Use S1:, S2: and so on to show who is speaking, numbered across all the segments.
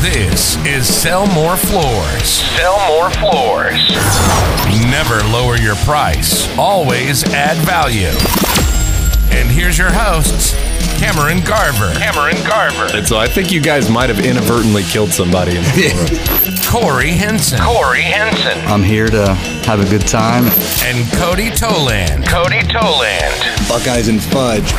S1: This is Sell More Floors. Sell More Floors. Never lower your price, always add value. And here's your hosts, Cameron Garver. Cameron Garver.
S2: And so I think you guys might have inadvertently killed somebody. In the front row.
S1: Corey Henson. Corey Henson.
S3: I'm here to have a good time.
S1: And Cody Toland. Cody Toland.
S4: Buckeyes and fudge.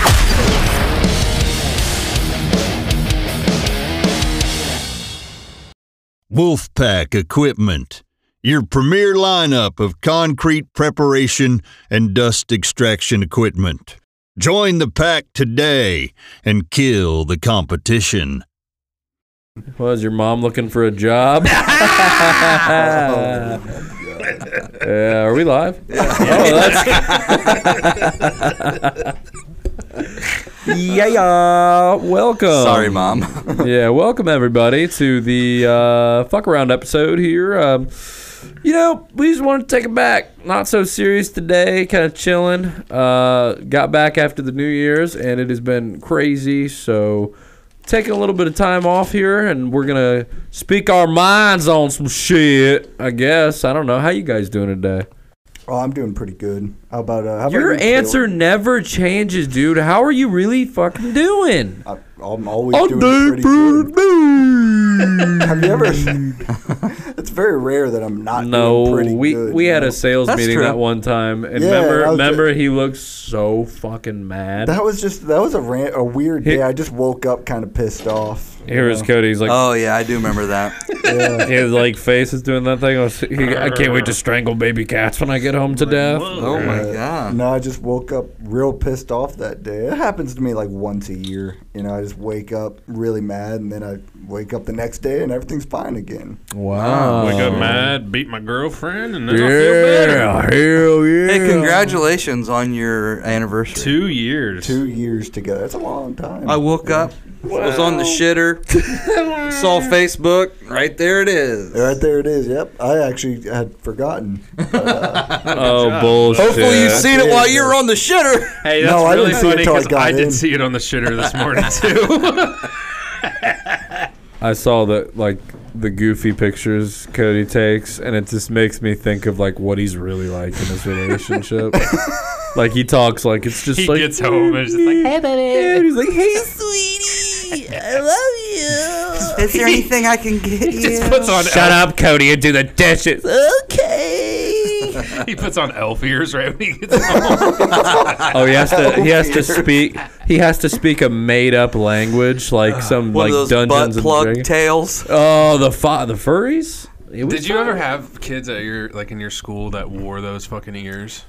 S4: Wolfpack Equipment, your premier lineup of concrete preparation and dust extraction equipment. Join the pack today and kill the competition.
S5: Was your mom looking for a job? yeah, are we live? Oh, that's yeah, yeah. Welcome.
S6: Sorry, mom.
S5: Yeah, welcome everybody to the uh, fuck around episode here. Um, you know, we just want to take it back. Not so serious today. Kind of chilling. Uh, got back after the New Year's, and it has been crazy. So, taking a little bit of time off here, and we're gonna speak our minds on some shit. I guess. I don't know how you guys doing today.
S7: Oh, I'm doing pretty good. How about uh, how about
S5: Your
S7: you,
S5: answer
S7: Caleb?
S5: never changes, dude. How are you really fucking doing?
S7: I, I'm always doing pretty good. Have you ever? it's very rare that I'm not. doing
S5: No,
S7: pretty
S5: we
S7: good,
S5: we
S7: you
S5: had
S7: know?
S5: a sales
S6: That's
S5: meeting
S6: true.
S5: that one time, and
S7: Yeah,
S5: remember,
S7: that was
S5: remember,
S7: it.
S5: he looked so fucking mad.
S7: That was just that was a rant, a weird
S5: He-
S7: day. I just woke up kind of pissed off.
S5: Here is Cody. He's like,
S6: Oh yeah, I do remember that.
S8: Uh.
S5: his like face is doing that thing. I, was- he- I can't wait to strangle baby cats when I get home to death.
S6: Oh my god.
S7: No, I just woke up real pissed off that day. It happens to me like once a year. You know, I just wake up really mad, and then I wake up the next day, and everything's fine again.
S5: Wow.
S8: I got mad, beat my girlfriend, and then I feel better.
S5: Yeah, hell yeah.
S6: Hey, congratulations on your anniversary.
S8: Two years.
S7: Two years together. That's a long time.
S6: I woke up, was on the shitter, saw Facebook. Right there it is.
S7: Right there it is. Yep, I actually had forgotten.
S5: Oh, bullshit.
S6: Hopefully you seen it while you were on the shitter.
S8: Hey, that's
S7: No, I
S8: really
S7: didn't see it
S8: funny
S7: till I
S8: 'cause
S7: got
S8: I,
S7: in.
S8: did see it on the shitter this morning too.
S5: I saw the like the goofy pictures Cody takes, and it just makes me think of like what he's really like in his relationship. like he talks like it's just
S8: he
S5: like
S8: gets home and it's just like,
S5: and he's like, hey, sweet.
S6: Is there anything I can get you?
S8: puts on
S5: Shut up, Cody, and do the dishes.
S8: elf, he puts on elf ears right when he gets home.
S5: Oh, he has to. He has to speak. He has to speak a made-up language, like some
S6: Uh, One
S5: like
S6: of those butt
S5: Dungeons and
S6: plug
S5: Dragons.
S6: tails.
S5: oh, the fa- the furries. It was
S8: Did you
S5: fun.
S8: ever have kids at your like in your school that wore those fucking ears?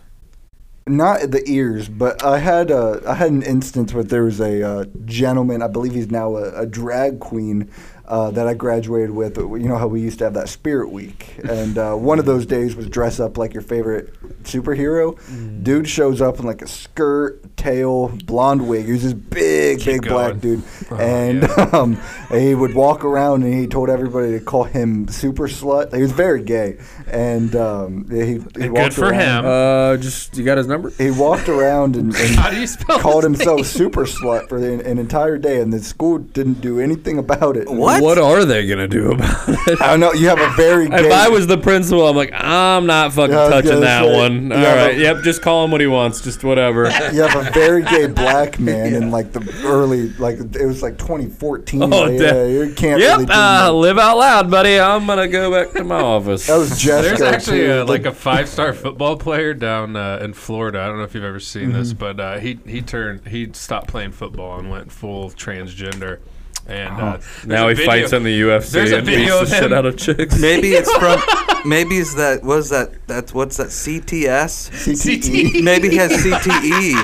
S7: not the ears, but I had a I had an instance where there was a uh, gentleman, I believe he's now a, a drag queen. Uh, that I graduated with, you know how we used to have that Spirit Week, and uh, one of those days was dress up like your favorite superhero.
S8: Mm.
S7: Dude shows up in like a skirt, tail, blonde wig. He was this big, big black dude, and um, he would walk around and he told everybody to call him Super Slut. He was very gay, and um, he, he
S8: Good
S7: walked
S8: for
S7: around
S8: him.
S5: Uh, just you got his number?
S7: he walked around and,
S8: How
S7: and
S8: do you spell
S7: called
S8: his
S7: himself super slut for an, an entire day, and the school didn't do anything about it.
S6: What?
S5: What are they gonna do about it?
S7: I don't know. You have a very gay.
S5: If I was the principal, I'm like, I'm not fucking
S7: Yeah, I was
S5: touching
S7: gonna
S5: that
S7: say,
S5: one.
S7: you
S5: All right,
S7: have a-
S5: yep, just call him what he wants, just whatever.
S7: you have a very gay black man in like the early, like it was like 2014.
S5: Oh,
S7: yeah,
S5: damn.
S7: you can't really
S5: yep,
S7: do
S5: uh,
S7: much.
S5: live out loud, buddy. I'm gonna go back to my office.
S7: That was Jessica.
S8: There's actually
S7: too.
S8: a, like a five-star football player down uh, in Florida. I don't know if you've ever seen
S5: Mm-hmm.
S8: this, but uh, he he turned he stopped playing football and went full transgender. And uh, there's
S5: Oh. now
S8: a
S5: he
S8: video-
S5: fights in the UFC
S8: There's a
S5: and beats
S8: video
S5: the
S8: of
S5: shit
S8: him.
S5: out of chicks.
S6: Maybe it's from. Maybe it's that. What is that? That's what's that? CTS.
S7: CTE.
S4: E.
S6: Maybe he has E. CTE.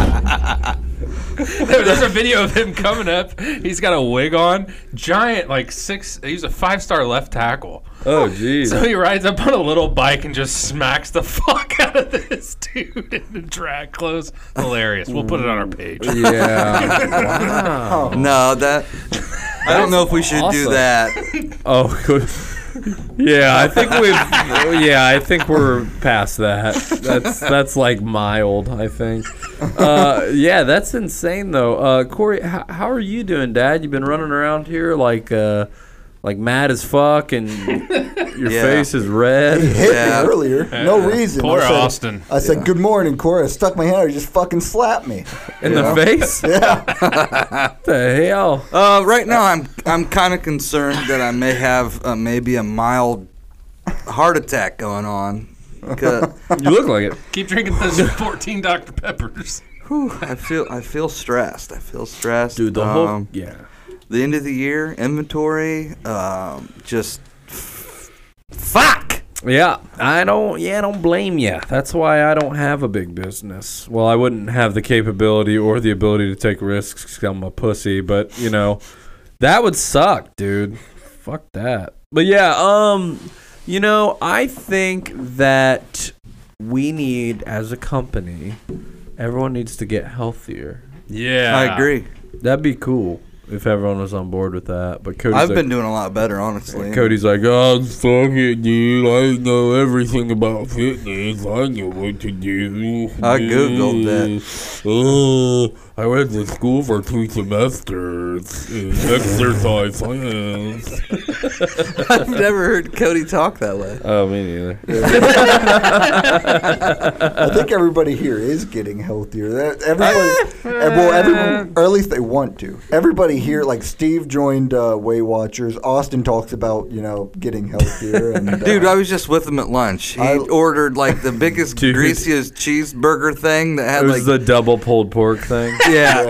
S8: There's a video of him coming up. He's got a wig on, giant like six. He's a five-star left tackle.
S5: Oh, jeez.
S8: So he rides up on a little bike and just smacks the fuck out of this dude in the drag clothes. Hilarious. We'll put it on our page.
S5: Yeah.
S6: No, that. I don't know if we should do
S5: awesome.
S6: that.
S5: Oh, good. Yeah, I think we've. Yeah, I think we're past that. That's that's like mild. I think. uh, yeah, that's insane though. Uh, Corey, how, how are you doing, Dad? You've been running around here like uh, like mad as fuck, and your
S6: Yeah.
S5: face is red.
S7: Hit
S6: Yeah.
S7: me earlier, no reason.
S8: Poor
S7: I said,
S8: Austin.
S7: I said, "Good morning, Corey." I stuck my hand out. He just fucking slapped me.
S5: In the face? Yeah. what the hell?
S6: Uh, right now, I'm I'm kind of concerned that I may have uh, maybe a mild heart attack going on. 'Cause-
S5: You look like it.
S8: Keep drinking those 14 Dr. Peppers.
S6: whew, I feel I feel stressed. I feel stressed,
S5: Dude, the whole
S6: Um,
S5: yeah.
S6: the end of the year inventory, um, just f- fuck.
S5: Yeah, I don't. Yeah, I don't blame you. That's why I don't have a big business. Well, I wouldn't have the capability or the ability to take risks. 'cause I'm a pussy, but you know, that would suck, dude. Fuck that. But yeah, um, you know, I think that we need as a company, everyone needs to get healthier.
S8: Yeah.
S5: Ah.
S6: I agree.
S5: That'd be cool if everyone was on board with that. But Cody's
S6: I've
S5: like,
S6: been doing a lot better, honestly.
S5: Cody's like, oh
S9: Fuck it, dude. I know everything about fitness. I know what to do.
S6: I googled that.
S9: Oh, I went to school for two semesters in exercise science.
S6: I've never heard Cody talk that way.
S5: Oh, me neither.
S7: I think everybody here is getting healthier. That- Everybody, eh, well, everyone, or at least they want to. Everybody here, like Steve, joined uh, Weight Watchers. Austin talks about you know getting healthier. And, uh,
S6: Dude, I was just with him at lunch. He
S7: I-
S6: ordered like the biggest,
S5: Dude.
S6: greasiest cheeseburger thing that had
S5: It
S6: like
S5: was the double pulled pork thing.
S6: yeah.
S7: Yeah.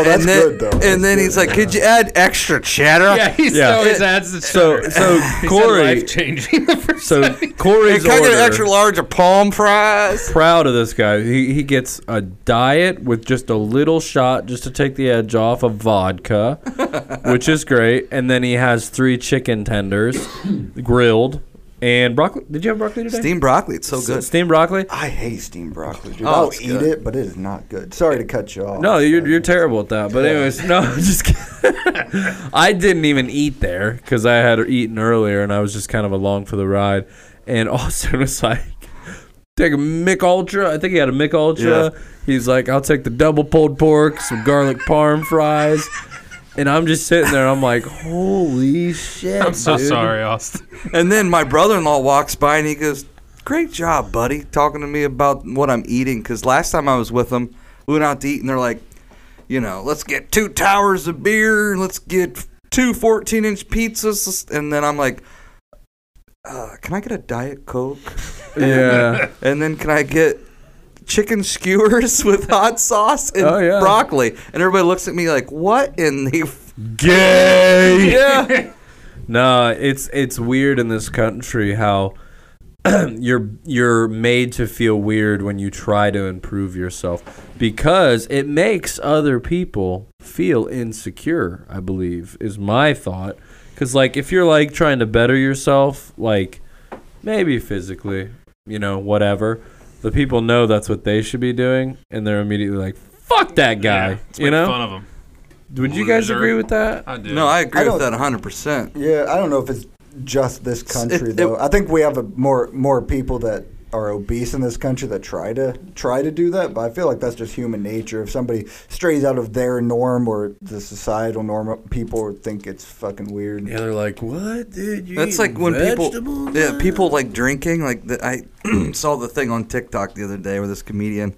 S7: Oh, that's
S6: and then,
S7: good, though. That's
S6: And then he's like, "Could you add extra cheddar?"
S8: Yeah, he
S5: Yeah.
S8: always adds the
S5: So-
S8: cheddar.
S5: so
S8: He said
S5: Corey-
S8: life-changing the first
S5: So
S8: time.
S5: Corey's
S6: And can I get
S5: order-
S6: an extra large of palm fries?
S5: proud of this guy. He he gets a diet with just a little shot just to take the edge off of vodka, which is great. And then he has three chicken tenders, grilled, and broccoli. Did you have broccoli today?
S6: Steamed broccoli, it's so good.
S5: Steamed broccoli.
S7: I hate steamed broccoli. Dude.
S6: Oh,
S7: I'll
S6: it's
S7: eat
S6: good.
S7: it, but it is not good. Sorry to cut you off.
S5: No, you're, you're terrible at that. But anyways, no, I'm just kidding. I didn't even eat there because I had eaten earlier and I was just kind of along for the ride. And Austin was like, take a Mick Ultra. I think he had a Mick Ultra. He's like, I'll take the double pulled pork, some garlic parm fries. And I'm just sitting there and I'm like, holy shit.
S8: I'm so
S5: dude.
S8: sorry, Austin.
S6: And then my brother-in-law walks by and he goes, "Great job, buddy, talking to me about what I'm eating." Because last time I was with them, we went out to eat, and they're like, "You know, let's get two towers of beer, let's get two 14-inch pizzas," and then I'm like, uh, "Can I get a diet coke?"
S5: Yeah.
S6: And then can I get chicken skewers with hot sauce and
S5: Oh, yeah.
S6: broccoli? And everybody looks at me like, "What in the?" F-?
S5: Gay.
S6: Yeah,
S5: No, it's it's weird in this country how you're you're made to feel weird when you try to improve yourself because it makes other people feel insecure, I believe is my thought. Cuz like if you're like trying to better yourself like maybe physically, you know, whatever, the people know that's what they should be doing and they're immediately like fuck that guy,
S8: it's
S5: you know?
S8: fun of him.
S5: Would you guys
S8: Loser.
S5: agree with that?
S8: I do.
S6: no, I agree
S7: I
S6: with
S7: don't-
S6: that 100. percent
S7: Yeah, I don't know if it's just this country
S6: it-
S7: though. I think we have a more more people that are obese in this country that try to try to do that, but I feel like that's just human nature. If somebody strays out of their norm or the societal norm, people think it's fucking weird.
S5: Yeah, they're like, "What, dude? You
S6: That's like
S5: eating
S6: when
S5: vegetables,
S6: people, yeah,
S5: man?"
S6: people like drinking. Like the, I saw the thing on TikTok the other day with this comedian,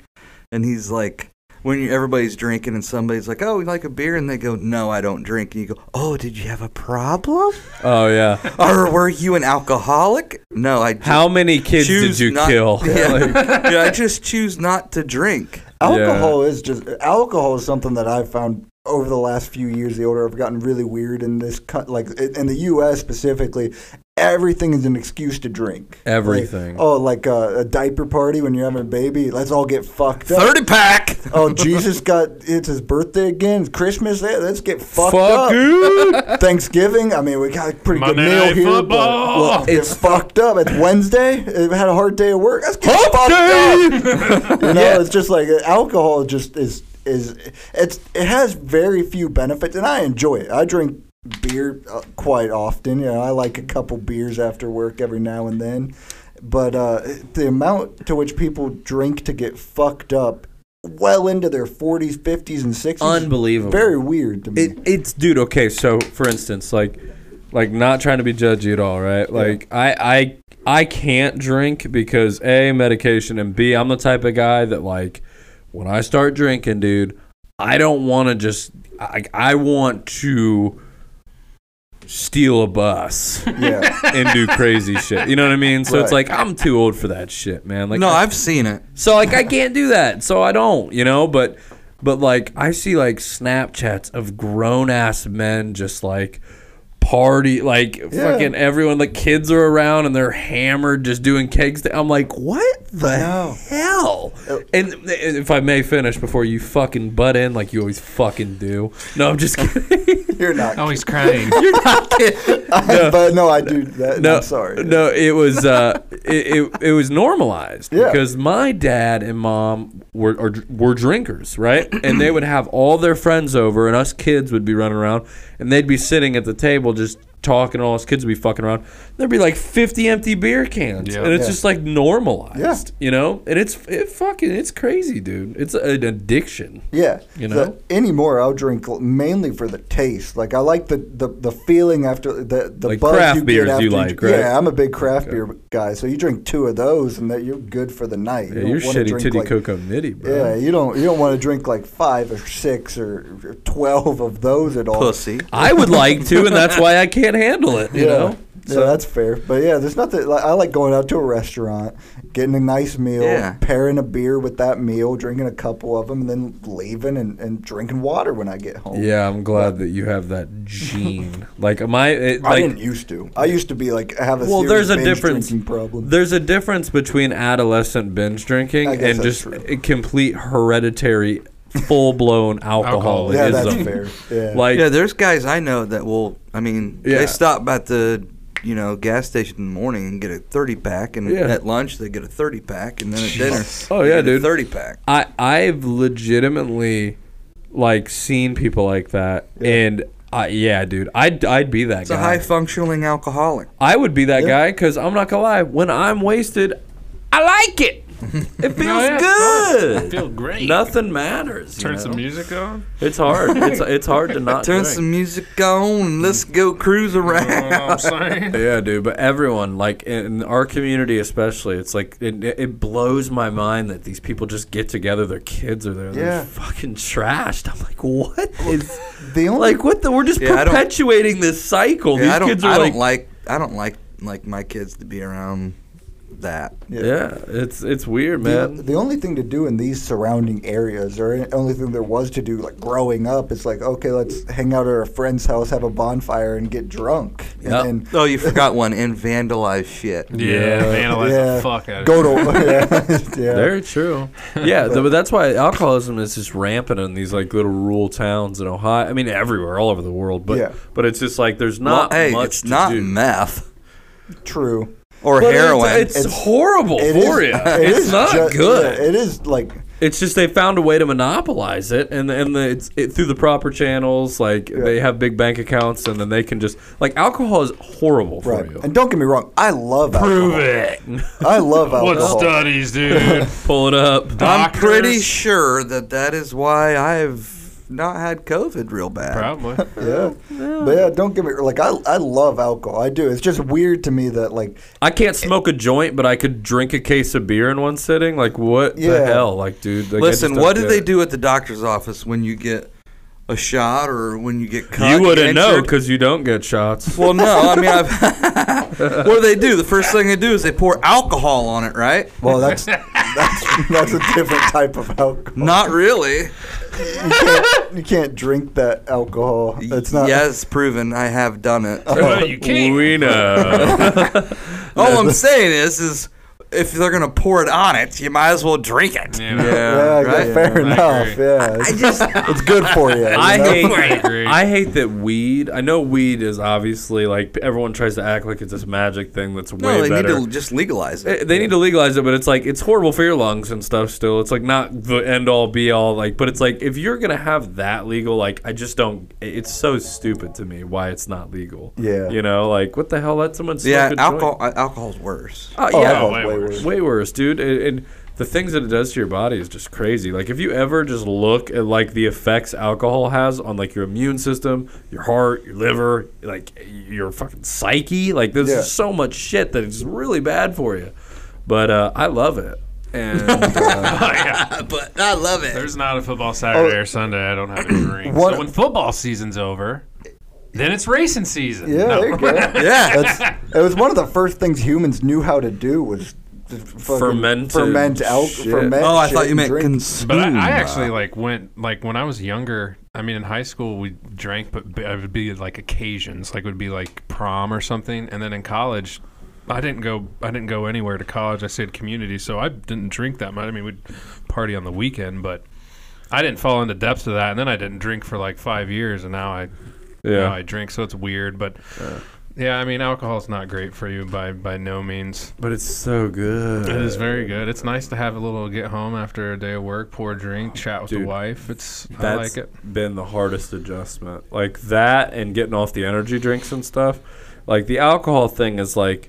S6: and he's like, when you, everybody's drinking and somebody's like, "Oh, we like a beer," and they go, "No, I don't drink," and you go, "Oh, did you have a problem?
S5: Oh yeah.
S6: or were you an alcoholic?" No, I. Just
S5: How many kids
S6: choose
S5: did you
S6: not-
S5: kill?
S6: Yeah.
S5: Like,
S6: yeah, I just choose not to drink.
S7: Alcohol is just alcohol is something that I've found over the last few years. The older I've gotten, really weird in this co- like in in the U.S. specifically. Everything is an excuse to drink. Like,
S5: Everything.
S7: oh, like a, a diaper party when you're having a baby. Let's all get fucked up.
S6: Thirty pack.
S7: Oh, Jesus got it's his birthday again. Christmas, eh, let's get fucked
S5: Fuck
S7: up.
S5: you.
S7: Thanksgiving, I mean, we got a pretty good
S8: Monday
S7: meal
S8: Night
S7: here.
S8: Football.
S7: But, well, it's fucked up. It's Wednesday. It had a hard day of work. Let's get fucked up. you know, it's just like uh, alcohol. Just is is it's it has very few benefits, and I enjoy it. I drink beer uh, quite often. You know, I like a couple beers after work every now and then. But uh, the amount to which people drink to get fucked up well into their 40s, 50s, and 60s.
S5: Unbelievable.
S7: Very weird to me.
S5: It, it's dude. Okay, so for instance, like, like not trying to be judgy at all, right? Like, I, I, I can't drink because a medication and b I'm the type of guy that like, when I start drinking, dude, I don't want to just, I, I want to steal a bus
S7: yeah.
S5: and do crazy shit. You know what I mean? So it's
S7: Right.
S5: like I'm too old for that shit, man. Like,
S6: no,
S5: I-
S6: I've seen it.
S5: so like I can't do that. So I don't, you know, but but like I see like Snapchats of grown ass men just like party like fucking everyone like kids are around and they're hammered just doing kegs I'm like what the hell and, and if I may finish before you fucking butt in like you always fucking do no I'm just kidding
S7: You're not.
S10: Oh, he's crying.
S7: but no, I do that.
S5: no,
S7: No, I'm sorry.
S5: No, it was uh, it, it it was normalized
S7: Yeah.
S5: because my dad and mom were are, were drinkers, right? And they would have all their friends over, and us kids would be running around, and they'd be sitting at the table just talking. and All us kids would be fucking around. There'd be like fifty empty beer cans,
S8: Yeah.
S5: and it's
S7: Yeah.
S5: just like normalized,
S7: Yeah.
S5: you know. And it's it fucking it's crazy, dude. It's an addiction.
S7: Yeah.
S5: You
S7: So
S5: know?
S7: anymore, I'll drink l- mainly for the taste. Like I like the the, the feeling after the the
S5: Like
S7: buzz
S5: craft
S7: you
S5: beers
S7: get after
S5: you like, right?
S7: Yeah, I'm a big craft beer guy. So you drink two of those, and that you're good for the night.
S5: Yeah,
S7: don't
S5: you're
S7: wanna
S5: shitty
S7: drink,
S5: titty
S7: like-
S5: coco nitty, bro.
S7: Yeah, you don't you don't want to drink like five or six or or twelve of those at all.
S6: Pussy.
S5: I would like to, and that's why I can't handle it. You
S7: yeah.
S5: know.
S7: So that's fair. But yeah, there's nothing. Like, I like going out to a restaurant, getting a nice meal,
S6: Yeah.
S7: pairing a beer with that meal, drinking a couple of them, and then leaving and, and drinking water when I get home.
S5: Yeah, I'm glad that you have that gene. like, am I? It,
S7: I
S5: like,
S7: didn't used to. I used to be like have a
S5: well,
S7: serious
S5: there's a
S7: binge
S5: difference.
S7: drinking problem.
S5: There's a difference between adolescent binge drinking
S7: I guess
S5: and just
S7: that's true.
S5: a complete hereditary, full blown
S7: yeah,
S5: alcoholism.
S7: that's fair. Yeah.
S5: Like,
S6: Yeah, there's guys I know that will. I mean,
S5: Yeah.
S6: they stop at the you know gas station in the morning and get a thirty pack, and
S5: Yeah.
S6: at lunch they get a thirty pack, and then at dinner,
S5: Oh,
S6: they
S5: yeah,
S6: get a
S5: dude.
S6: thirty pack.
S5: I I've legitimately like seen people like that, and I yeah, dude, I'd I'd be that
S6: It's
S5: guy.
S6: a high functioning alcoholic.
S5: I would be that guy guy because I'm not gonna lie. When I'm wasted, I like it. It feels
S8: Oh,
S5: good.
S8: Feel great.
S5: Nothing matters. you
S8: Turn
S5: know?
S8: some music on.
S5: It's hard. It's it's hard to not
S6: Turn
S5: drink.
S6: some music on and let's go cruise
S8: You know what
S6: around.
S8: I'm saying?
S5: Yeah, dude. But everyone, like in our community especially, it's like it, it blows my mind that these people just get together. Their kids are there. and They're
S7: Yeah.
S5: fucking trashed. I'm like, what is
S7: the only
S5: like? What the? We're just
S6: Yeah, I don't-
S5: perpetuating this cycle.
S6: Yeah,
S5: these
S6: I don't.
S5: kids are
S6: I
S5: like,
S6: don't like. I don't like like my kids to be around that.
S5: yeah. It's it's weird,
S7: the,
S5: man.
S7: the only thing to do in these surrounding areas, or the only thing there was to do, like growing up, is like okay, let's hang out at a friend's house, have a bonfire, and get drunk,
S5: Yeah.
S7: and then uh,
S6: Oh, you forgot one and vandalize shit.
S8: Yeah, vandalize
S7: yeah,
S8: the fuck out of
S7: go
S8: it.
S7: to yeah, yeah.
S5: Very true. Yeah, th- but that's why alcoholism is just rampant in these like little rural towns in Ohio. I mean, everywhere, all over the world. But
S7: Yeah.
S5: but it's just like there's not
S6: well, hey,
S5: much
S6: it's
S5: to
S6: not
S5: do.
S6: meth
S7: true.
S6: or
S5: But it's-
S6: heroin.
S5: It's, horrible
S7: It is-
S5: for you.
S7: it
S5: it's
S7: is
S5: not
S7: ju-
S5: good.
S7: yeah, it is like
S5: it's just they found a way to monopolize it, and and the, it's it, through the proper channels. Like they have big bank accounts, and then they can just like alcohol is horrible
S7: right.
S5: for you.
S7: And don't get me wrong, I love
S8: Prove
S7: alcohol.
S8: it.
S7: I love
S8: What
S7: alcohol.
S8: studies, dude?
S5: Pull it up.
S6: I'm
S8: Doctors?
S6: pretty sure that that is why I've not had COVID real bad.
S8: Probably.
S7: Yeah. But yeah, don't get me like I I love alcohol. I do. It's just weird to me that like
S5: I can't smoke a joint, but I could drink a case of beer in one sitting. Like what the
S7: Yeah.
S5: hell? Like dude. Like, I
S6: Listen,
S5: just don't
S6: what do
S5: get
S6: they
S5: it.
S6: do at the doctor's office when you get a shot or when you get cut?
S5: You wouldn't know
S6: injured?
S5: because you don't get shots.
S6: Well, no. I mean, I've, what do they do? The first thing they do is they pour alcohol on it, right?
S7: well that's that's that's a different type of alcohol.
S6: Not really.
S7: You can't drink that alcohol. It's not
S6: Yes, proven. I have done it.
S8: Well, you can't.
S5: We know.
S7: Oh,
S6: All I'm saying is, is if they're gonna pour it on it, you might as well drink it.
S8: You know?
S7: Yeah,
S6: right?
S7: yeah, fair
S8: I
S7: enough.
S8: agree.
S7: Yeah. It's, it's good for you. you
S5: I
S7: know?
S5: hate.
S8: I agree.
S5: I hate that weed. I know weed is obviously like everyone tries to act like it's this magic thing that's way
S6: No, they
S5: better.
S6: need to just legalize it.
S5: Eh, they need to legalize it, but it's like it's horrible for your lungs and stuff. Still, it's like not the end all be all. Like, but it's like if you're gonna have that legal, like I just don't. it- It's so stupid to me why it's not legal.
S7: Yeah.
S5: you know, like what the hell? Let someone smoke
S6: Yeah,
S5: a joint.
S6: alcohol. Alcohol's worse.
S5: Oh,
S7: Oh,
S5: yeah,
S7: alcohol's
S8: way
S7: way worse.
S8: worse.
S5: way worse, dude. And, and the things that it does to your body is just crazy. Like if you ever just look at like the effects alcohol has on like your immune system, your heart, your liver, like your fucking psyche, like there's
S7: Yeah.
S5: just so much shit that it's really bad for you. But uh, I love it. And uh,
S10: but I love it.
S8: There's not a football Saturday or Sunday. I don't have a drink.
S7: What-
S8: So when football season's over, then it's racing season.
S7: Yeah,
S8: No.
S7: there you go.
S6: Yeah.
S7: That's, it was one of the first things humans knew how to do was to fucking
S5: Fermented
S7: ferment alcohol.
S5: shit.
S7: Ferment
S6: Oh, I
S7: shit
S6: thought you
S7: and
S6: meant
S7: drink.
S6: consume.
S8: But I, I actually like went like when I was younger. I mean, in high school we drank, but b- it would be like occasions, like it would be like prom or something. And then in college, I didn't go. I didn't go anywhere to college. I stayed community, so I didn't drink that much. I mean, we'd party on the weekend, but I didn't fall into depths of that. And then I didn't drink for like five years, and now I
S5: yeah,
S8: now I drink, so it's weird. But yeah, I mean, alcohol's not great for you by by no means.
S5: but it's so good.
S8: It is very good. It's nice to have a little get home after a day of work, pour a drink, chat with
S5: Dude,
S8: the wife. It's I
S5: That's
S8: like it.
S5: been the hardest adjustment. Like that and getting off the energy drinks and stuff. Like the alcohol thing is like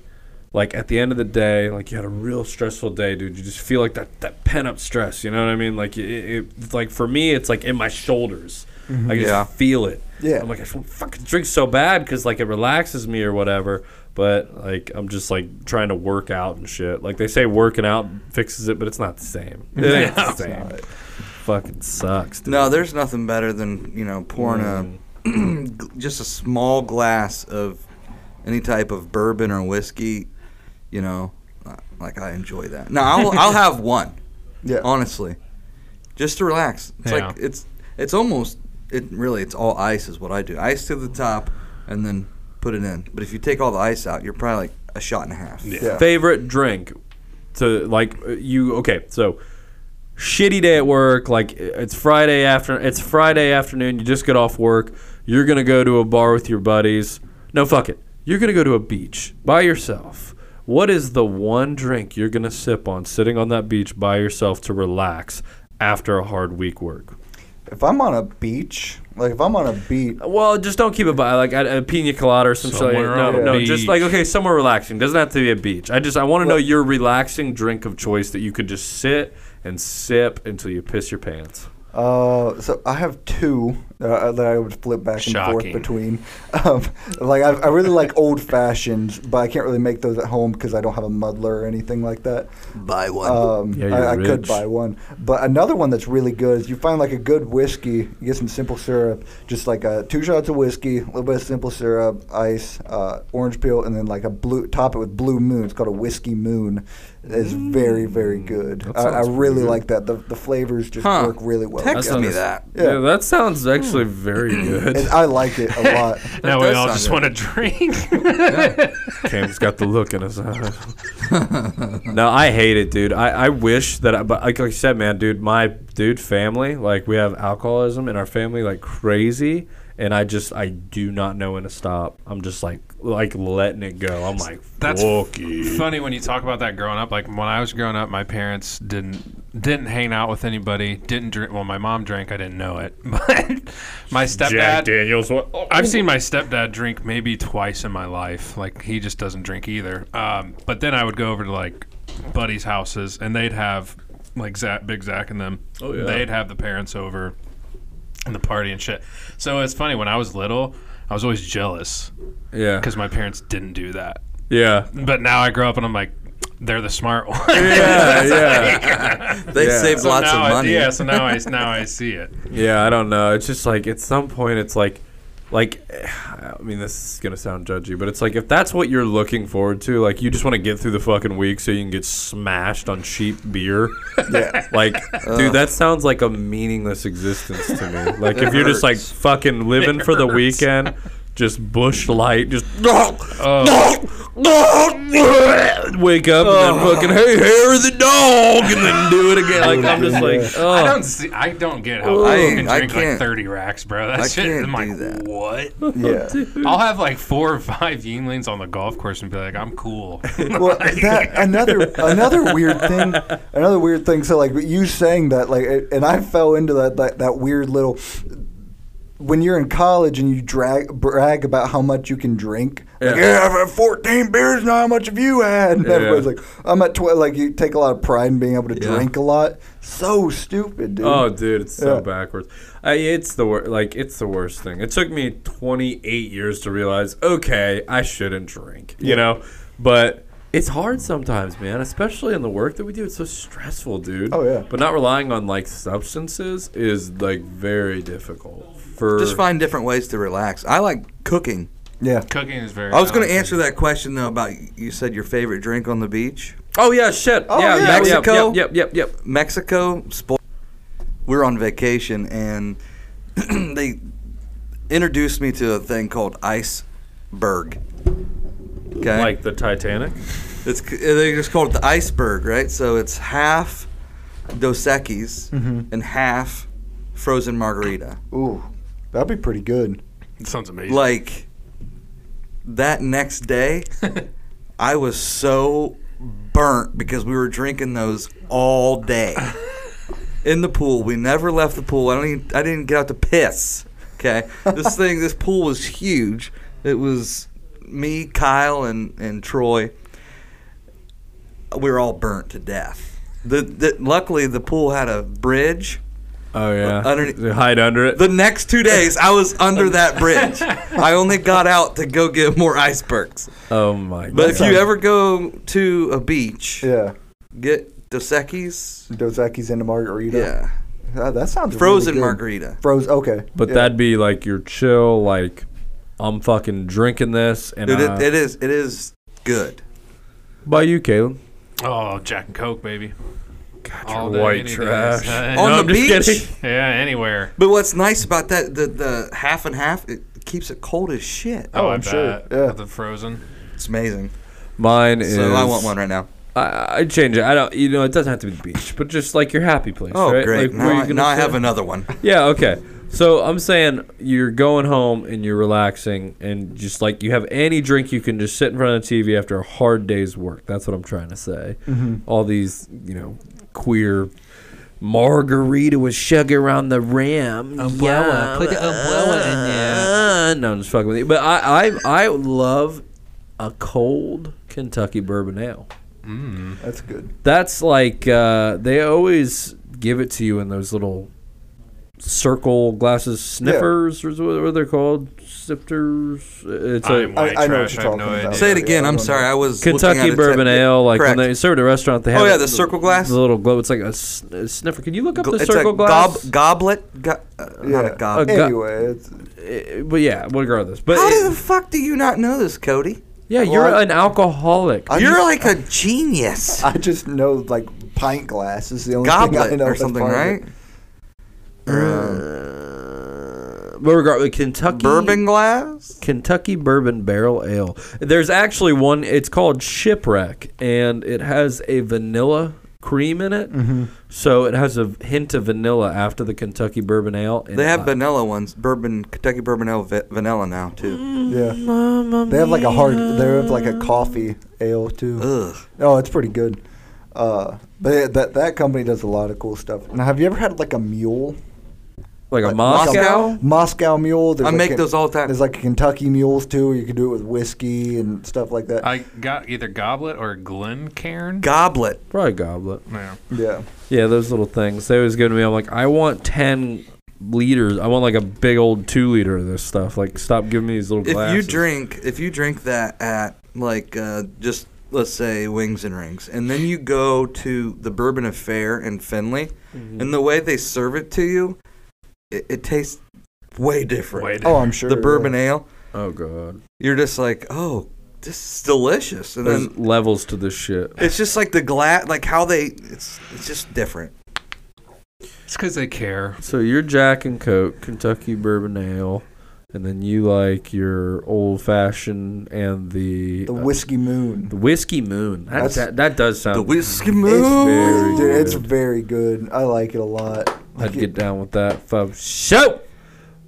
S5: like at the end of the day, like you had a real stressful day, dude. You just feel like that that pent up stress, you know what I mean? Like it, it it's like for me it's like in my shoulders. I just
S6: Yeah.
S5: feel it.
S7: Yeah.
S5: I'm like I just want to fucking drink so bad cuz like it relaxes me or whatever. But like I'm just like trying to work out and shit. Like they say working out fixes it, but it's not the same. It ain't the same. Fucking sucks. Dude.
S6: No, there's nothing better than you know pouring
S8: Mm.
S6: a just a small glass of any type of bourbon or whiskey. You know, uh, like I enjoy that. No, I'll, I'll have one.
S7: Yeah.
S6: honestly, just to relax. It's
S8: Yeah.
S6: like it's it's almost it really it's all ice is what I do. Ice to the top and then put it in. But if you take all the ice out, you're probably like a shot and a half.
S7: Yeah.
S5: favorite drink to like uh, you okay so shitty day at work like i- it's friday after it's friday afternoon you just get off work you're gonna go to a bar with your buddies no fuck it you're gonna go to a beach by yourself what is the one drink you're gonna sip on sitting on that beach by yourself to relax after a hard week work
S7: If I'm on a beach, like if I'm on a beach,
S5: well just don't keep it by like a, a pina colada or some shit like,
S8: Somewhere
S5: no
S8: on a
S5: no just
S8: beach.
S5: like okay somewhere relaxing doesn't have to be a beach i just i want to know your relaxing drink of choice that you could just sit and sip until you piss your pants
S7: uh, so I have two that I, that I would flip back and forth
S8: Shocking.
S7: between. Um, like I, I really like old fashions, but I can't really make those at home because I don't have a muddler or anything like that.
S6: Buy one.
S7: Um,
S5: Yeah, you're
S7: I, I could
S5: rich.
S7: buy one, but another one that's really good is you find like a good whiskey, you get some simple syrup, just like uh, two shots of whiskey, a little bit of simple syrup, ice, uh, orange peel, and then like a blue top it with blue moon. It's called a whiskey moon. It's very very
S5: Mm.
S7: good. I, I really like that. The, the flavors just
S6: Huh.
S7: work really well.
S6: Text
S7: together.
S6: me that.
S5: yeah, that sounds actually very good
S7: And I like it a lot.
S8: Now we
S6: does
S8: all
S6: sound
S8: just
S6: good.
S8: want to drink.
S5: Cam's got the look in his eye. no, I hate it, dude. I, I wish that, I, but like I said, man, dude, my dude family, like we have alcoholism in our family like crazy, and I just I do not know when to stop. I'm just like like letting it go. I'm like
S8: That's
S5: fuck
S8: funny when you talk about that growing up. Like when I was growing up, my parents didn't didn't hang out with anybody. Didn't drink. Well, my mom drank. I didn't know it, but my
S5: Jack
S8: stepdad.
S5: Daniels. What?
S8: I've seen my stepdad drink maybe twice in my life. Like he just doesn't drink either. Um, but then I would go over to like buddies' houses, and they'd have like Zach, Big Zach, and them. Oh yeah. They'd have the parents over, and the party and shit. So it's funny when I was little, I was always jealous
S5: Yeah,
S8: because my parents didn't do that.
S5: yeah,
S8: But now I grow up and I'm like, they're the smart ones.
S5: yeah, yeah,
S6: They
S5: Yeah.
S6: saved
S8: So
S6: lots of
S8: now I-
S6: money.
S8: yeah, so now I now I see it.
S5: yeah. I don't know. It's just like at some point, it's like. Like, I mean, this is gonna sound judgy, but it's like if that's what you're looking forward to, like you just want to get through the fucking week so you can get smashed on cheap beer.
S7: yeah.
S5: Like, dude, that sounds like a meaningless existence to me. Like, if you're just like fucking living for the weekend, just bush light, just wake up and then fucking hey, hair of the dog, and then do it again. Like, I'm just like,
S8: I
S5: oh,
S8: don't see. I don't get how
S6: I
S8: people can
S6: ain't- I
S8: drink like
S6: can't-
S8: thirty racks, bro. That
S6: I
S8: shit.
S6: can't
S8: I'm like,
S6: do that.
S8: what?
S7: yeah.
S8: I'll have like four or five Yinglings on the golf course and be like, I'm cool.
S7: well, that another another weird thing, another weird thing. So like you saying that, like, and I fell into that that, that weird little. when you're in college and you drag brag about how much you can drink, like,
S5: Yeah.
S7: yeah, I've had 14 beers, now how much have you had? And
S5: Yeah.
S7: everybody's like, I'm at 12. Like, you take a lot of pride in being able to
S5: Yeah.
S7: drink a lot. So stupid, dude.
S5: Oh, dude, it's so
S7: Yeah.
S5: backwards. I, it's the wor- like it's the worst thing. It took me 28 years to realize, okay, I shouldn't drink. You know, but it's hard sometimes, man. Especially in the work that we do, it's so stressful, dude.
S7: Oh, yeah.
S5: But not relying on like substances is like very difficult for
S6: Just find different ways to relax. I like cooking.
S7: Yeah.
S8: Cooking is very.
S6: I was going to
S8: talented.
S6: answer that question though about you said your favorite drink on the beach.
S5: Oh yeah, shit.
S7: Oh,
S5: yeah,
S7: yeah.
S5: yep, yep,
S6: Mexico?
S5: Yep, yep, yep, yep.
S6: Mexico. Spo- we were on vacation and they introduced me to a thing called iceberg. Okay,
S5: Like the Titanic.
S6: it's c- uh, they just called it the iceberg, right? So it's half Dos Equis
S5: Mm-hmm.
S6: and half frozen margarita.
S7: Ooh, that'd be pretty good.
S8: It sounds amazing.
S6: Like that next day, I was so burnt because we were drinking those all day in the pool. We never left the pool. I don't. Even, I didn't get out to piss. Okay, this thing, this pool was huge. It was me, Kyle, and and Troy. We were all burnt to death. The, the luckily the pool had a bridge.
S5: Oh yeah.
S6: Underneath-
S5: They hide under it.
S6: The next two days, I was under that bridge. I only got out to go get more icebergs.
S5: oh my god.
S6: But if you ever go to a beach,
S7: Yeah.
S6: get Dos Equis.
S7: Dos Equis into margarita.
S6: Yeah,
S7: Ah, that sounds
S6: frozen
S7: really good.
S6: margarita.
S7: Frozen. Okay.
S5: But
S7: yeah.
S5: that'd be like your chill, like I'm fucking drinking this, and
S6: Dude,
S5: I-
S6: it, it is. It is good.
S5: by you, Caleb.
S8: Oh, Jack and Coke, baby. God,
S5: you're white trash.
S6: On the
S8: no, I'm just
S6: beach.
S8: kidding. Yeah, anywhere.
S6: But what's nice about that, the the half and half, it keeps it cold as shit.
S8: Oh, I
S7: I'm
S5: Uh,
S7: sure,
S8: bet.
S7: yeah.
S8: The frozen.
S6: It's amazing.
S5: Mine is.
S6: So I want one right now.
S5: I, I'd change it. I don't. You know, it doesn't have to be the beach, but just like your happy place.
S6: Oh,
S5: right?
S6: great!
S5: Like, where
S6: now
S5: you Oh,
S6: I,
S5: can
S6: now I
S5: just-
S6: have another one.
S5: Yeah. Okay. So I'm saying you're going home and you're relaxing and just like you have any drink you can just sit in front of the TV after a hard day's work. That's what I'm trying to say. All these, you know, queer margarita with sugar on the rim. Umbrella. Put the umbrella in there. No, I'm just fucking with you. But I, I, I love a cold Kentucky bourbon ale.
S7: That's good.
S5: That's like uh, they always give it to you in those little circle glasses, sniffers, or what what they're called, sifters. It's a
S8: I'm white
S7: I- I know what
S8: trash.
S7: you're
S8: I have
S7: talking
S8: no
S7: about.
S8: idea.
S6: Say it
S7: yeah,
S6: again.
S7: I
S6: I'm
S7: don't
S6: sorry.
S7: know.
S6: I was looking at
S5: Kentucky
S6: it.
S5: bourbon ale. Like
S6: Correct.
S5: when they serve it at a restaurant, they have
S6: Oh, yeah,
S5: it-
S6: the circle glass?
S5: the little globe. It's like a, s- a sniffer. Can you look up
S6: Gl-
S5: the
S6: it's
S5: circle
S6: a
S5: glass?
S6: Gob- goblet. Go- uh, Not
S7: Yeah.
S6: a goblet.
S5: A go-
S7: Anyway, it's,
S5: Eh, but yeah, regardless. But
S6: How
S5: it-
S6: the fuck do you not know this, Cody?
S5: yeah, you're
S7: I-
S5: an alcoholic.
S7: I
S6: You're
S7: just-
S6: like a genius.
S7: I just know like pint glass is the only thing I
S6: Goblet
S7: know
S6: or
S7: that's
S6: something,
S7: part of it.
S6: right? Or, uh,
S5: but regardless, Kentucky
S6: bourbon glass?
S5: Kentucky Bourbon Barrel Ale. There's actually one. It's called Shipwreck, and it has a vanilla cream in it. So it has a v- hint of vanilla after the Kentucky Bourbon Ale. and
S6: They have
S5: I-
S6: vanilla ones. Bourbon, Kentucky bourbon ale, va- vanilla now
S5: Mm.
S6: too.
S7: Yeah. They have like a hard. They have like a coffee ale too.
S6: Ugh.
S7: Oh, it's pretty good. Uh, but yeah, that that company does a lot of cool stuff. Now, have you ever had like a mule?
S5: like a
S7: Like
S5: Moscow.
S6: Moscow?
S7: Moscow mule. There's
S6: I
S7: like
S6: make
S7: a-
S6: those all the time.
S7: There's like Kentucky mules too. You can do it with whiskey and stuff like that.
S8: I got either Goblet or Glencairn.
S6: Goblet.
S5: Probably goblet.
S8: yeah.
S7: yeah.
S5: Yeah, those little things. They always go to me. I'm like, I want ten liters. I want like a big old two liter of this stuff. Like, stop giving me these little
S6: If
S5: glasses.
S6: you drink, if you drink that at like uh, just let's say Wings and Rings, and then you go to the Bourbon Affair in Finley,
S7: Mm-hmm.
S6: and the way they serve it to you, it, it tastes way different.
S8: Wait.
S7: Oh, I'm sure.
S6: the bourbon ale,
S5: oh god,
S6: you're just like, oh, this is delicious, and
S5: there's
S6: then
S5: levels to this shit.
S6: it's just like the glass, like how they, it's it's just different.
S8: It's because they care.
S5: So your Jack and Coke, Kentucky Bourbon Ale, and then you like your old fashioned and the
S7: The
S5: uh,
S7: whiskey moon.
S5: the whiskey moon. That,
S7: That's-
S5: that, that does sound.
S6: The whiskey
S5: very
S6: moon.
S7: Dude, it's
S5: good.
S7: very good. I like it a lot.
S5: I'd get down with that. Five show.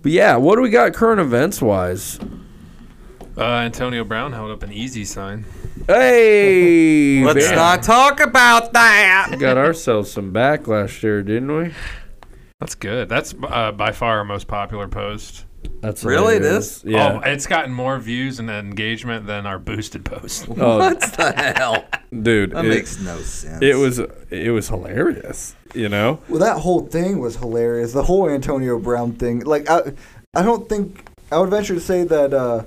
S5: But yeah, what do we got current events wise?
S8: Uh, Antonio Brown held up an easy sign.
S5: Hey,
S6: Let's
S5: man,
S6: not talk about that.
S5: we got ourselves some backlash there, didn't we?
S8: That's good. That's uh, by far our most popular post.
S5: That's
S6: Really? It is?
S5: Yeah.
S8: Oh, it's gotten more views and engagement than our boosted post.
S5: Oh.
S6: What the hell?
S5: dude,
S6: That
S5: it,
S6: makes no sense.
S5: it was it was hilarious. You know,
S7: Well, that whole thing was hilarious. The whole Antonio Brown thing. Like, I, I don't think I would venture to say that uh,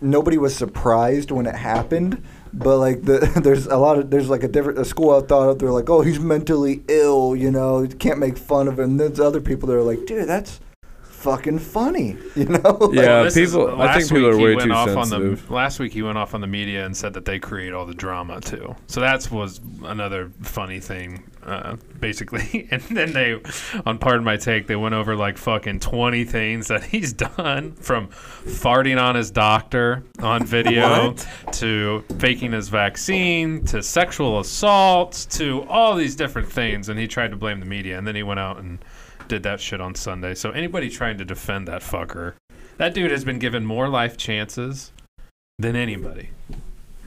S7: nobody was surprised when it happened. But like, the, there's a lot of there's like a different a school I thought of. They're like, oh, he's mentally ill. You know, you can't make fun of him. There's other people that are like, dude, that's fucking funny. You know? Like,
S5: Yeah,
S8: this is-
S5: people- I
S8: last
S5: think people
S8: week
S5: are
S8: he
S5: way
S8: went
S5: too
S8: off On
S5: sensitive.
S8: the, last week he went off on the media and said that they create all the drama too. So that was another funny thing, uh, basically. And then they, on pardon my take, they went over like fucking twenty things that he's done from farting on his doctor on video to faking his vaccine to sexual assaults to all these different things. And he tried to blame the media. And then he went out and. Did that shit on Sunday. So anybody trying to defend that fucker that dude has been given more life chances than anybody.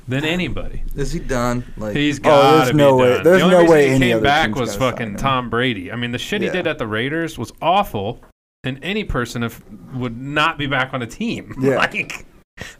S8: Than anybody.
S6: Is he done? Like
S8: He's
S7: Oh,
S8: got
S7: there's
S8: to
S7: no
S8: be
S7: way-
S8: done.
S7: there's
S8: the only
S7: no
S8: reason
S7: way
S8: he
S7: any
S8: came
S7: other
S8: back
S7: team's
S8: was
S7: gonna sign
S8: fucking
S7: him.
S8: Tom Brady. I mean, the shit
S7: Yeah.
S8: he did at the Raiders was awful, and any person if, would not be back on a team.
S7: Yeah.
S8: like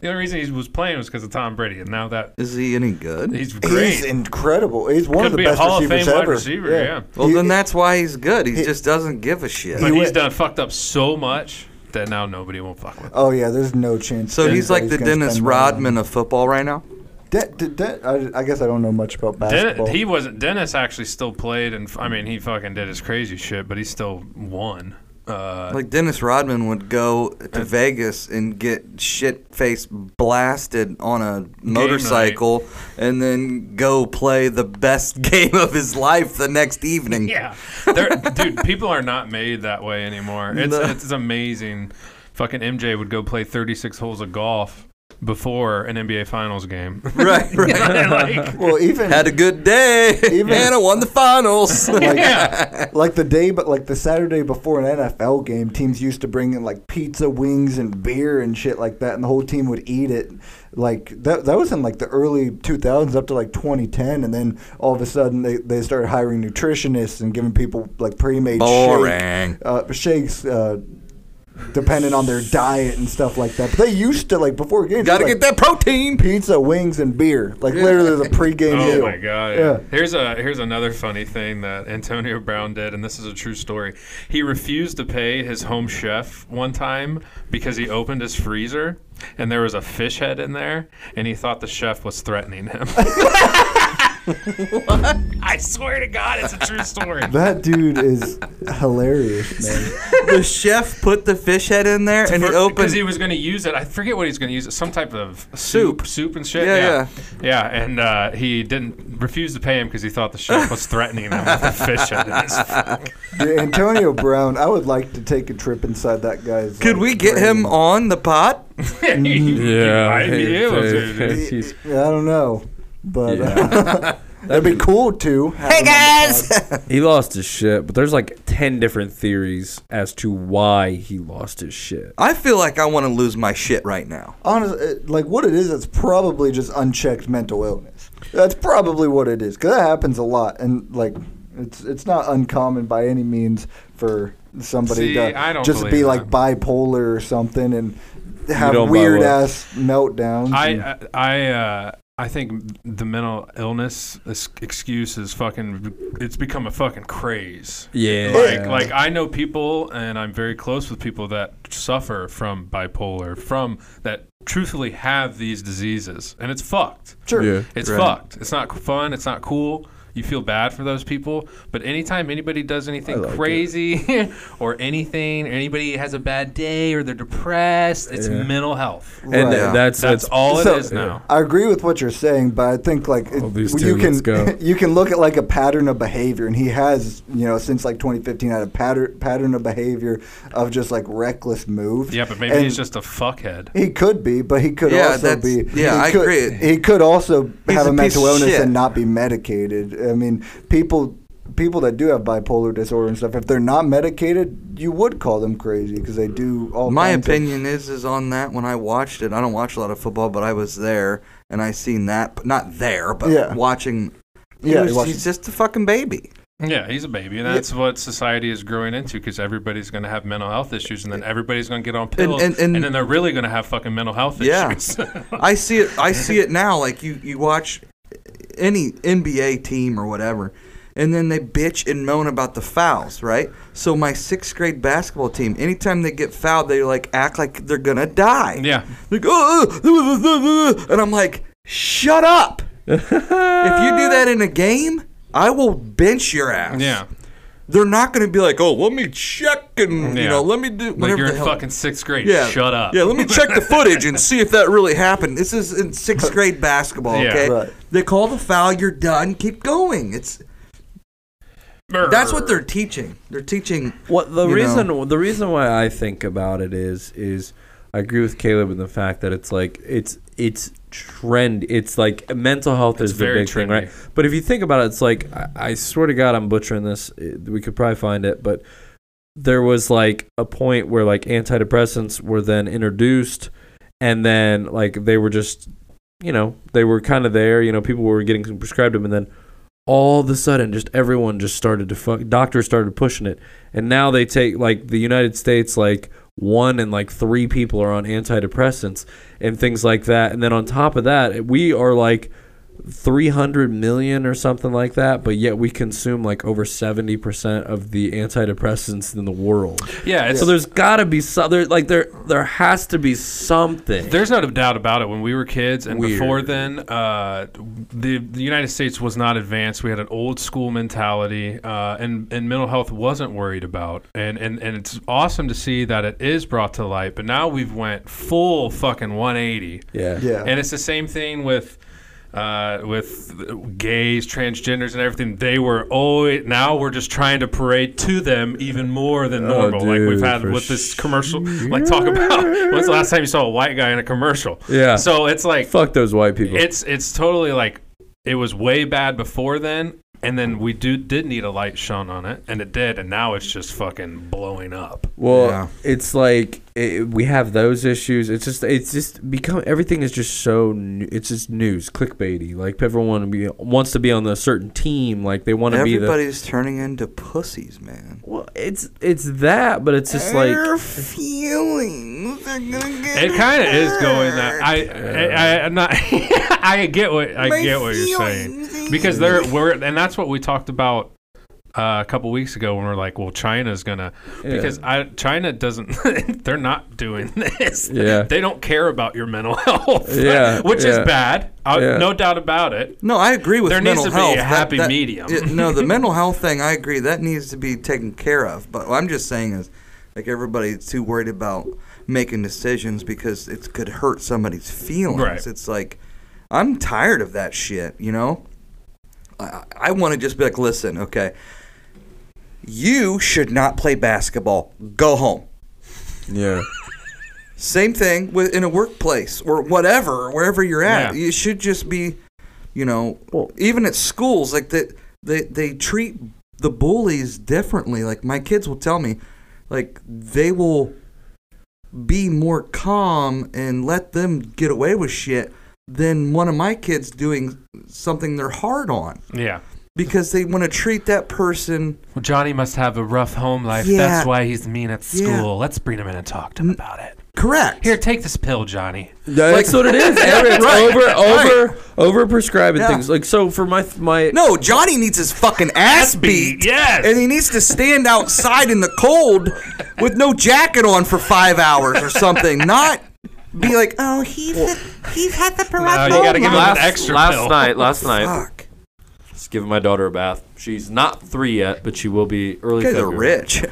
S8: the only reason he was playing was because of Tom Brady, and now that
S6: is he any good?
S8: he's great,
S7: he's incredible. He's one
S8: could
S7: of the
S8: be
S7: best
S8: a Hall of
S7: receivers
S8: Fame
S7: ever.
S8: wide receiver. Yeah,
S6: well,
S7: He-
S6: then that's why he's good. He,
S7: he-
S6: just doesn't give a shit.
S8: but
S7: He
S8: he's
S7: went-
S8: done fucked up so much that now nobody will fuck with. him.
S7: Oh yeah, there's no chance.
S6: so he's like the
S7: anybody's gonna
S6: Dennis
S7: spend money on him.
S6: Rodman of football right now.
S7: De- de- de- I, I guess I don't know much about basketball.
S8: Den- he wasn't. Dennis actually still played, and f- I mean, he fucking did his crazy shit, but he still won. Uh,
S6: Like Dennis Rodman would go to Vegas and get shit face blasted on a motorcycle, and then go play the best game of his life the next evening.
S8: yeah, They're- dude, people are not made that way anymore. It's
S6: No.
S8: it's amazing. Fucking MJ would go play 36 holes of golf before an NBA Finals game.
S6: Right, right.
S8: like,
S7: well, even
S6: Had a good day,
S7: Even-
S6: and I won the finals.
S7: like,
S8: yeah,
S7: like the day, but like the Saturday before an NFL game, teams used to bring in like pizza, wings, and beer and shit like that, and the whole team would eat it. Like that, that was in like the early 2000s up to like 2010, and then all of a sudden they, they started hiring nutritionists and giving people like pre-made
S6: Boring.
S7: shake, uh, shakes. Uh, Depending on their diet and stuff like that, but they used to like before games.
S6: Gotta
S7: like,
S6: get that protein.
S7: pizza, wings, and beer. Like literally the pregame
S8: Oh
S7: meal.
S8: my god!
S7: Yeah.
S8: Here's a here's another funny thing that Antonio Brown did, and this is a true story. He refused to pay his home chef one time because he opened his freezer and there was a fish head in there, and he thought the chef was threatening him. I swear to God, it's a true story.
S7: That dude is hilarious, man.
S6: the chef put the fish head in there and he opened
S8: because he was going to use it. I forget what he was going to use it. Some type of
S6: Soup.
S8: soup, soup and shit.
S6: Yeah,
S8: yeah, Yeah, And uh, he didn't refuse to pay him because he thought the chef was threatening him with the fish head. In his
S7: Dude, Antonio Brown, I would like to take a trip inside that guy's.
S6: could
S7: like,
S6: we get
S7: brain.
S6: him on the pot
S5: yeah,
S8: I'd be able to, dude.
S5: he's-
S7: Yeah, I don't know, but uh,
S5: Yeah.
S7: that'd be cool too. Hey guys,
S5: he lost his shit. But there's like ten different theories as to why he lost his shit.
S6: i feel like i want to lose my shit right now
S7: honestly, uh, like what it is, it's probably just unchecked mental illness. That's probably what it is, because that happens a lot, and like it's it's not uncommon by any means for somebody
S8: See,
S7: to
S8: I don't
S7: just
S8: believe
S7: be
S8: that.
S7: like bipolar or something and
S5: don't
S7: have
S5: buy
S7: weird
S5: what?
S7: ass meltdowns. and-
S8: I I I, uh, I think the mental illness es- excuse is fucking. It's become a fucking craze.
S5: Yeah,
S8: Like like I know people, and I'm very close with people that suffer from bipolar, from that truthfully have these diseases, and it's fucked.
S7: sure.
S9: Yeah.
S8: It's fucked. It's not fun. It's not cool. You feel bad for those people, but anytime anybody does anything crazy or anything, anybody has a bad day or they're depressed, it's mental health.
S5: and
S7: Right.
S5: th- that's
S8: That's
S5: that's
S8: all it
S7: So-
S8: is now.
S7: I agree with what you're saying, but I think like it-
S9: All these
S7: you
S9: two,
S7: can
S9: let's go.
S7: you can look at like a pattern of behavior, and he has you know since like 2015 had a pattern pattern of behavior of just like reckless moves.
S8: Yeah, but maybe
S7: And
S8: he's just a fuckhead.
S7: He could be, but he could
S6: Yeah,
S7: also
S6: that's-
S7: be.
S6: yeah,
S7: he
S6: I
S7: could,
S6: agree.
S7: He could also
S6: He's
S7: have
S6: a
S7: a
S6: piece
S7: mental
S6: of
S7: illness
S6: shit.
S7: and not be medicated. I mean, people people that do have bipolar disorder and stuff, if they're not medicated, you would call them crazy because they do all.
S6: my
S7: kinds of-
S6: opinion is is on that when i watched it i don't watch a lot of football but i was there and i seen that not there but
S7: Yeah.
S6: watching he
S7: Yeah,
S6: was-
S7: watch-
S6: he's just a fucking baby
S8: Yeah, he's a baby, and that's what society is growing into because everybody's going to have mental health issues, and then everybody's going to get on pills, and,
S6: and- and-
S8: then they're really going to have fucking mental health
S6: Yeah.
S8: issues.
S6: I see it. I see it now. Like you, you watch any NBA team or whatever, and then they bitch and moan about the fouls, right? So my sixth grade basketball team, anytime they get fouled, they like act like they're gonna die.
S8: yeah,
S6: Like, oh, uh, uh, uh, uh," and I'm like, shut up. if you do that in a game, I will bench your ass.
S8: yeah.
S6: They're not going to be like, oh, let me check and you
S8: Yeah.
S6: know, let me do
S8: Like
S6: whatever
S8: you're
S6: the
S8: in
S6: hell.
S8: fucking sixth grade.
S6: Yeah.
S8: Shut up.
S6: Yeah, let me check the footage and see if that really happened. This is in sixth grade basketball,
S8: Yeah.
S6: okay?
S7: Right.
S6: They call the foul, you're done, keep going. It's that's what they're teaching. They're teaching
S5: What the
S6: you
S5: reason the reason why I think about it is is I agree with Caleb in the fact that it's like it's it's trend. It's like mental health is the
S8: very
S5: big thing, right? But if you think about it, it's like I, I swear to God, I'm butchering this. Uh, We could probably find it, but there was like a point where like antidepressants were then introduced, and then like they were just you know they were kind of there. You know, people were getting prescribed them, and then all of a sudden, just everyone just started to fuck. Doctors started pushing it, and now they take like the United States, like one in like three people are on antidepressants and things like that. And then on top of that, we are like 300 million or something like that, but yet we consume like over 70% of the antidepressants in the world.
S8: Yeah, it's
S5: So there's got to be so there like there there has to be something.
S8: There's no doubt about it. When we were kids and
S5: Weird.
S8: before then, uh, the, the United States was not advanced. We had an old school mentality, uh, and and mental health wasn't worried about. And, and and it's awesome to see that it is brought to light. But now we've went full fucking 180.
S5: yeah.
S7: Yeah.
S8: And it's the same thing with uh, with gays, transgenders, and everything. They were always. Now we're just trying to parade to them even more than normal. like we've
S5: Oh, dude,
S8: had
S5: for
S8: with this commercial. Like talk about when's the last time you saw a white guy in a commercial?
S5: Yeah.
S8: So it's like
S5: Fuck those white people.
S8: it's it's totally like it was way bad before then. And then we do did need a light shone on it, and it did, and now it's just fucking blowing up.
S5: Well,
S6: Yeah.
S5: it's like it, we have those issues. It's just it's just become everything is just so new, it's just news clickbaity. Like everyone be, wants to be on a certain team. Like they want
S6: know,
S5: to be the.
S6: everybody's turning into pussies, man.
S5: Well, it's it's that, but it's just like
S6: Their feelings are gonna get
S8: It kind of is
S6: hurt.
S8: going that. I, I, I I'm not. I get what I
S6: My
S8: get what you're saying
S6: feelings.
S8: because there we're and that's what we talked about uh, a couple weeks ago when we are like, well, China's gonna because I China doesn't. they're not doing this.
S5: Yeah.
S8: they don't care about your mental health.
S5: Yeah,
S8: which is
S5: yeah.
S8: bad. I,
S5: Yeah.
S8: No doubt about it.
S6: No, I agree with
S8: There needs
S6: mental
S8: to be a
S6: health.
S8: happy medium.
S6: yeah, no, the mental health thing, I agree. That needs to be taken care of. But what I'm just saying is, like everybody's too worried about making decisions because it could hurt somebody's feelings.
S8: Right.
S6: It's like I'm tired of that shit. You know, I, I want to just be like, listen, okay, you should not play basketball. Go home.
S5: yeah,
S6: Same thing with in a workplace or whatever, wherever you're at.
S8: Yeah.
S6: You should just be, you know,
S5: Well-
S6: even at schools, like that they, they treat the bullies differently. Like my kids will tell me, like they will be more calm and let them get away with shit than one of my kids doing something they're hard on
S8: Yeah.
S6: because they want to treat that person
S8: Well, Johnny must have a rough home life.
S6: Yeah. That's
S8: why he's mean at
S6: Yeah. school.
S8: Let's bring him in and talk to him about it.
S6: correct.
S8: take this pill, Johnny.
S5: that's what it is. Every- it's over, over, over prescribing
S6: Yeah.
S5: things. Like so for my my
S6: No, Johnny needs his fucking ass beat.
S8: beat, yes.
S6: And he needs to stand outside in the cold with no jacket on for five hours or something. Not be like, oh, he's the, he's had the
S8: No,
S6: parental.
S8: you gotta give him an
S5: last,
S8: extra
S5: last
S8: pill.
S5: night. Last night,
S6: Fuck.
S5: just giving my daughter a bath. She's not three yet, but she will be early.
S6: You guys are
S5: February.
S6: rich.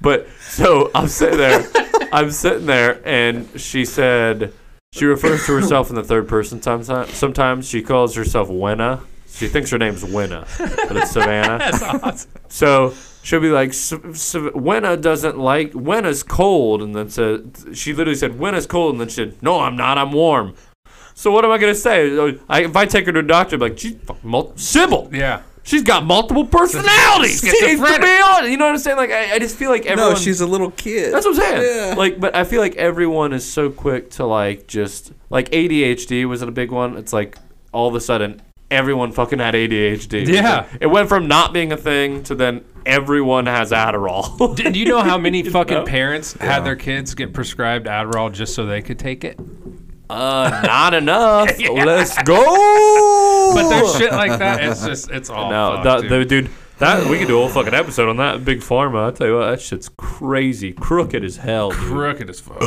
S5: But so I'm sitting there, I'm sitting there, and she said she refers to herself in the third person. Sometimes, sometimes she calls herself Wenna. She thinks her name's Wenna, but it's Savannah. That's awesome. So she'll be like, "S- S- Wenna doesn't like Wenna's cold, and then said she literally said Wenna's cold, and then she said, No, I'm not. I'm warm. So what am I gonna say? I, if I take her to a doctor, i be like, "She fucking mul- Sybil.
S8: Yeah.
S11: She's got multiple personalities. She needs to be on. You know what I'm saying? Like I, I just feel like everyone.
S12: no, she's a little kid.
S11: That's what I'm saying.
S12: Yeah.
S11: Like, but I feel like everyone is so quick to like just like ADHD was a big one. It's like all of a sudden everyone fucking had ADHD.
S8: Yeah.
S11: it went from not being a thing to then everyone has Adderall.
S8: Did you know how many fucking
S11: know?
S8: parents had their kids get prescribed Adderall just so they could take it?
S11: uh, not enough. Let's go.
S8: But there's shit like that. It's just it's all.
S11: no,
S8: fucked,
S11: that,
S8: dude.
S11: the, dude. That we could do a whole fucking episode on that big pharma. I tell you what, that shit's crazy, crooked as hell. Dude. Uh,
S8: crooked as fuck.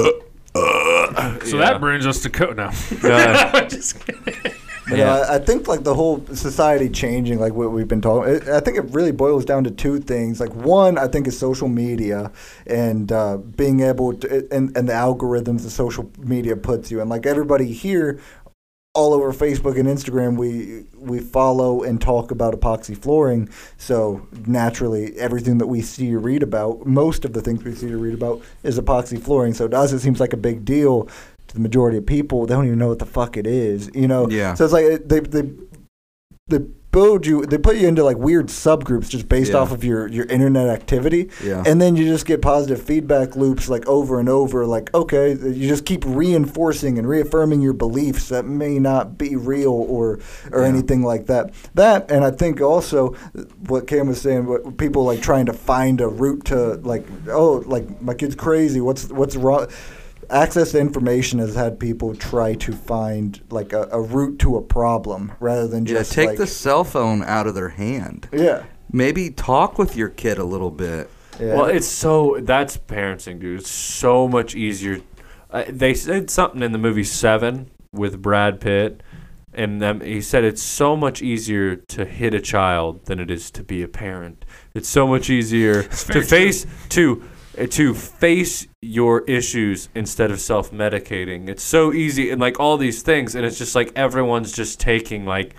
S8: so that brings us to code now.
S11: Yeah.
S8: just kidding.
S7: You know, I, I think like the whole society changing, like what we've been talking. It, I think it really boils down to two things. Like one, I think is social media and uh, being able to and, and the algorithms that social media puts you in. Like everybody here, all over Facebook and Instagram, we we follow and talk about epoxy flooring. So naturally, everything that we see or read about, most of the things we see or read about, is epoxy flooring. So to us, it seems like a big deal. To the majority of people, they don't even know what the fuck it is. You know.
S12: Yeah.
S7: So it's like it- they they they build you they put you into like weird subgroups just based
S12: Yeah.
S7: off of your your internet activity
S12: Yeah.
S7: and then you just get positive feedback loops like over and over like okay you just keep reinforcing and reaffirming your beliefs that may not be real or or anything like that that and i think also what cam was saying what people like trying to find a route to like oh like my kid's crazy what's what's wrong access to information has had people try to find like a, a route to a problem rather than
S6: Yeah,
S7: just
S6: take
S7: like,
S6: the cell phone out of their hand.
S7: yeah
S6: Maybe talk with your kid a little bit.
S7: yeah
S11: Well, it's so that's parenting, dude. It's so much easier. Uh, they said something in the movie Seven with Brad Pitt, and um, he said it's so much easier to hit a child than it is to be a parent. It's so much easier to face to uh, to face your issues instead of self-medicating. It's so easy and like all these things, and it's just like everyone's just taking like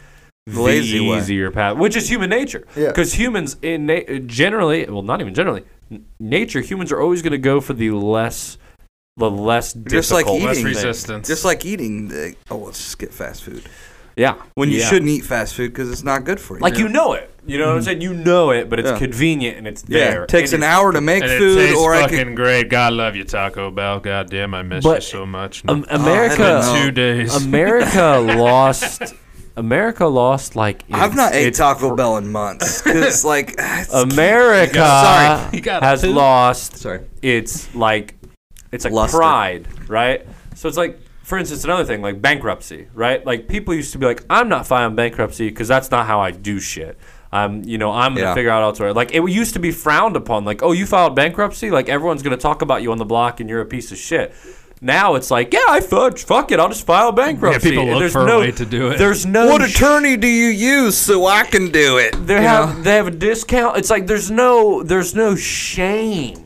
S11: the
S6: Lazy way.
S11: easier path, which is human nature.
S7: Yeah.
S11: Because humans in na- generally, well, not even generally, n- nature humans are always going to go for the less, the less difficult,
S6: Just like eating.
S8: Less
S6: Thing.
S8: resistance.
S6: Just like eating, the, oh, let's just get fast food.
S11: yeah,
S6: When you
S11: Yeah.
S6: shouldn't eat fast food because it's not good for you.
S11: like you know it. You know what I'm saying? You know it, but it's
S6: Mm-hmm. Yeah.
S11: convenient and it's
S6: yeah,
S11: there.
S6: it takes
S11: And
S6: an
S11: it's-
S6: hour to make
S8: And it
S6: food,
S8: tastes
S6: or I
S8: fucking
S6: could.
S8: great. God love you, Taco Bell. God damn, I miss you
S11: But,
S8: so much.
S11: Um,
S6: I
S11: America,
S6: don't know.
S8: two days.
S11: America lost. America lost like
S6: I've
S11: its-
S6: not ate
S11: its
S6: Taco Bell in months because, like, it's-
S11: America
S6: Sorry.
S8: You got
S11: has
S8: two?
S11: lost
S6: Sorry.
S11: its like it's like
S6: Luster.
S11: pride, right? So it's like for instance another thing like bankruptcy, right? Like people used to be like I'm not filing bankruptcy because that's not how I do shit. I'm, you know, I'm gonna
S6: Yeah.
S11: figure out elsewhere. Like it used to be frowned upon. Like, oh, you filed bankruptcy. Like everyone's gonna talk about you on the block, and you're a piece of shit. Now it's like, yeah, I fudge. Fuck it, I'll just file bankruptcy.
S8: people
S11: And
S8: look
S11: there's
S8: for a
S11: no,
S8: way to do it.
S11: There's no
S6: what
S11: sh-
S6: attorney do you use so I can do it?
S11: they
S6: You
S11: have
S6: know?
S11: they have a discount. It's like there's no there's no shame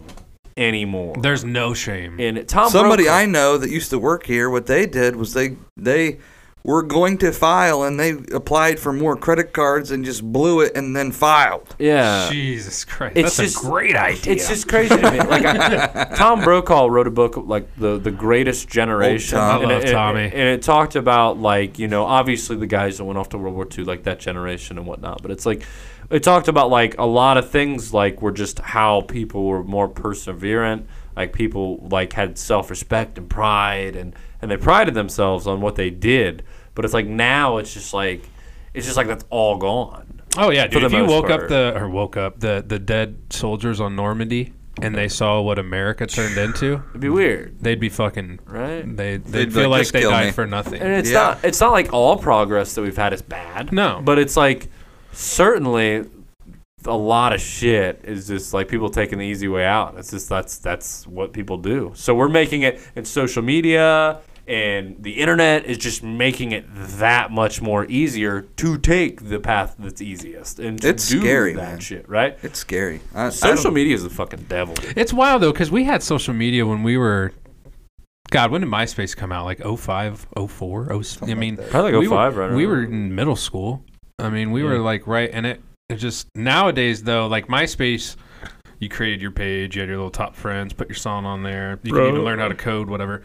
S11: anymore.
S8: There's no shame.
S11: And Tom
S6: Somebody
S11: Brokaw-
S6: I know that used to work here, what they did was they they were going to file and they applied for more credit cards and just blew it and then filed.
S11: yeah.
S8: Jesus Christ,
S11: It's
S8: that's
S11: just-
S8: a great idea.
S11: It's just crazy to me. Like I, Tom Brokaw wrote a book like the the greatest generation.
S6: Old Oh, Tom. I
S11: And
S8: love
S11: it- it-
S8: Tommy.
S11: And it talked about like you know obviously the guys that went off to World War II like that generation and whatnot. But it's like it talked about like a lot of things like were just how people were more perseverant. Like people like had self respect and pride and and they prided themselves on what they did. But it's like now it's just like it's just like that's all gone.
S8: Oh yeah,
S11: for
S8: dude.
S11: the
S8: If you
S11: most
S8: woke
S11: part.
S8: up the or woke up the the dead soldiers on Normandy and they saw what America turned into,
S11: It'd be weird.
S8: they'd be fucking
S11: Right.
S8: They they'd,
S6: They'd be
S8: feel
S6: like,
S8: like
S6: "Just
S8: they
S6: kill
S8: died
S6: me."
S8: for nothing.
S11: And it's
S6: Yeah.
S11: not it's not like all progress that we've had is bad.
S8: No.
S11: But it's like certainly a lot of shit is just like people taking the easy way out. It's just that's that's what people do. So we're making it and social media and the internet is just making it that much more easier to take the path that's easiest and to
S6: It's
S11: do
S6: scary,
S11: that
S6: man.
S11: shit, right?
S6: It's scary. I,
S11: Social
S6: social
S11: media is the fucking devil.
S8: It's wild though, because we had social media when we were. God, when did MySpace come out? Like 05, 04, 06? I mean,
S11: Probably like
S8: we
S11: 05,
S8: were,
S11: right?
S8: We were in middle school. I mean, we were like right, and it, it just nowadays though, like MySpace you created your page, you had your little top friends, put your song on there. You
S5: Bro.
S8: can even learn how to code, whatever.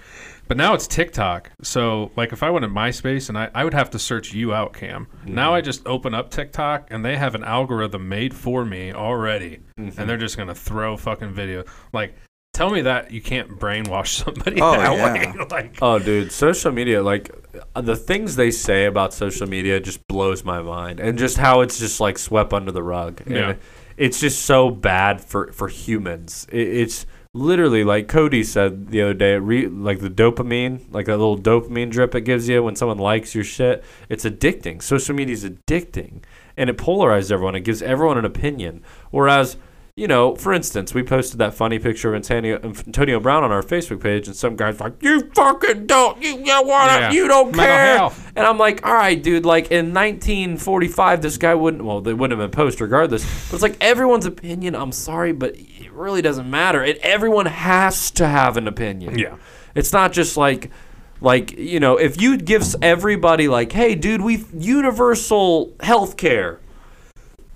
S8: But now it's TikTok. So like if I went to MySpace and I, I would have to search you out, Cam. Now I just open up TikTok and they have an algorithm made for me already. And they're just gonna throw fucking video. Like tell me that you can't brainwash somebody
S6: Oh,
S8: that
S6: yeah.
S8: way. like
S11: Oh, dude, social media, like uh, the things they say about social media just blows my mind, and just how it's just like swept under the rug. And
S8: Yeah.
S11: it's just so bad for for humans. It, it's literally like Cody said the other day, it re, like the dopamine, like that little dopamine drip it gives you when someone likes your shit. It's addicting. Social media is addicting, and it polarizes everyone. It gives everyone an opinion, whereas you know, for instance, we posted that funny picture of Antonio, Antonio Brown on our Facebook page, and some guy's like, "You fucking don't, you you want
S8: Yeah.
S11: to, you don't
S8: Mental
S11: care."
S8: health.
S11: And I'm like, "All right, dude. Like in 1945, this guy wouldn't. Well, they wouldn't have been post regardless. But it's like everyone's opinion. I'm sorry, but it really doesn't matter. It everyone has to have an opinion.
S8: Yeah.
S11: It's not just like like you know if you give s- everybody like hey dude we universal health care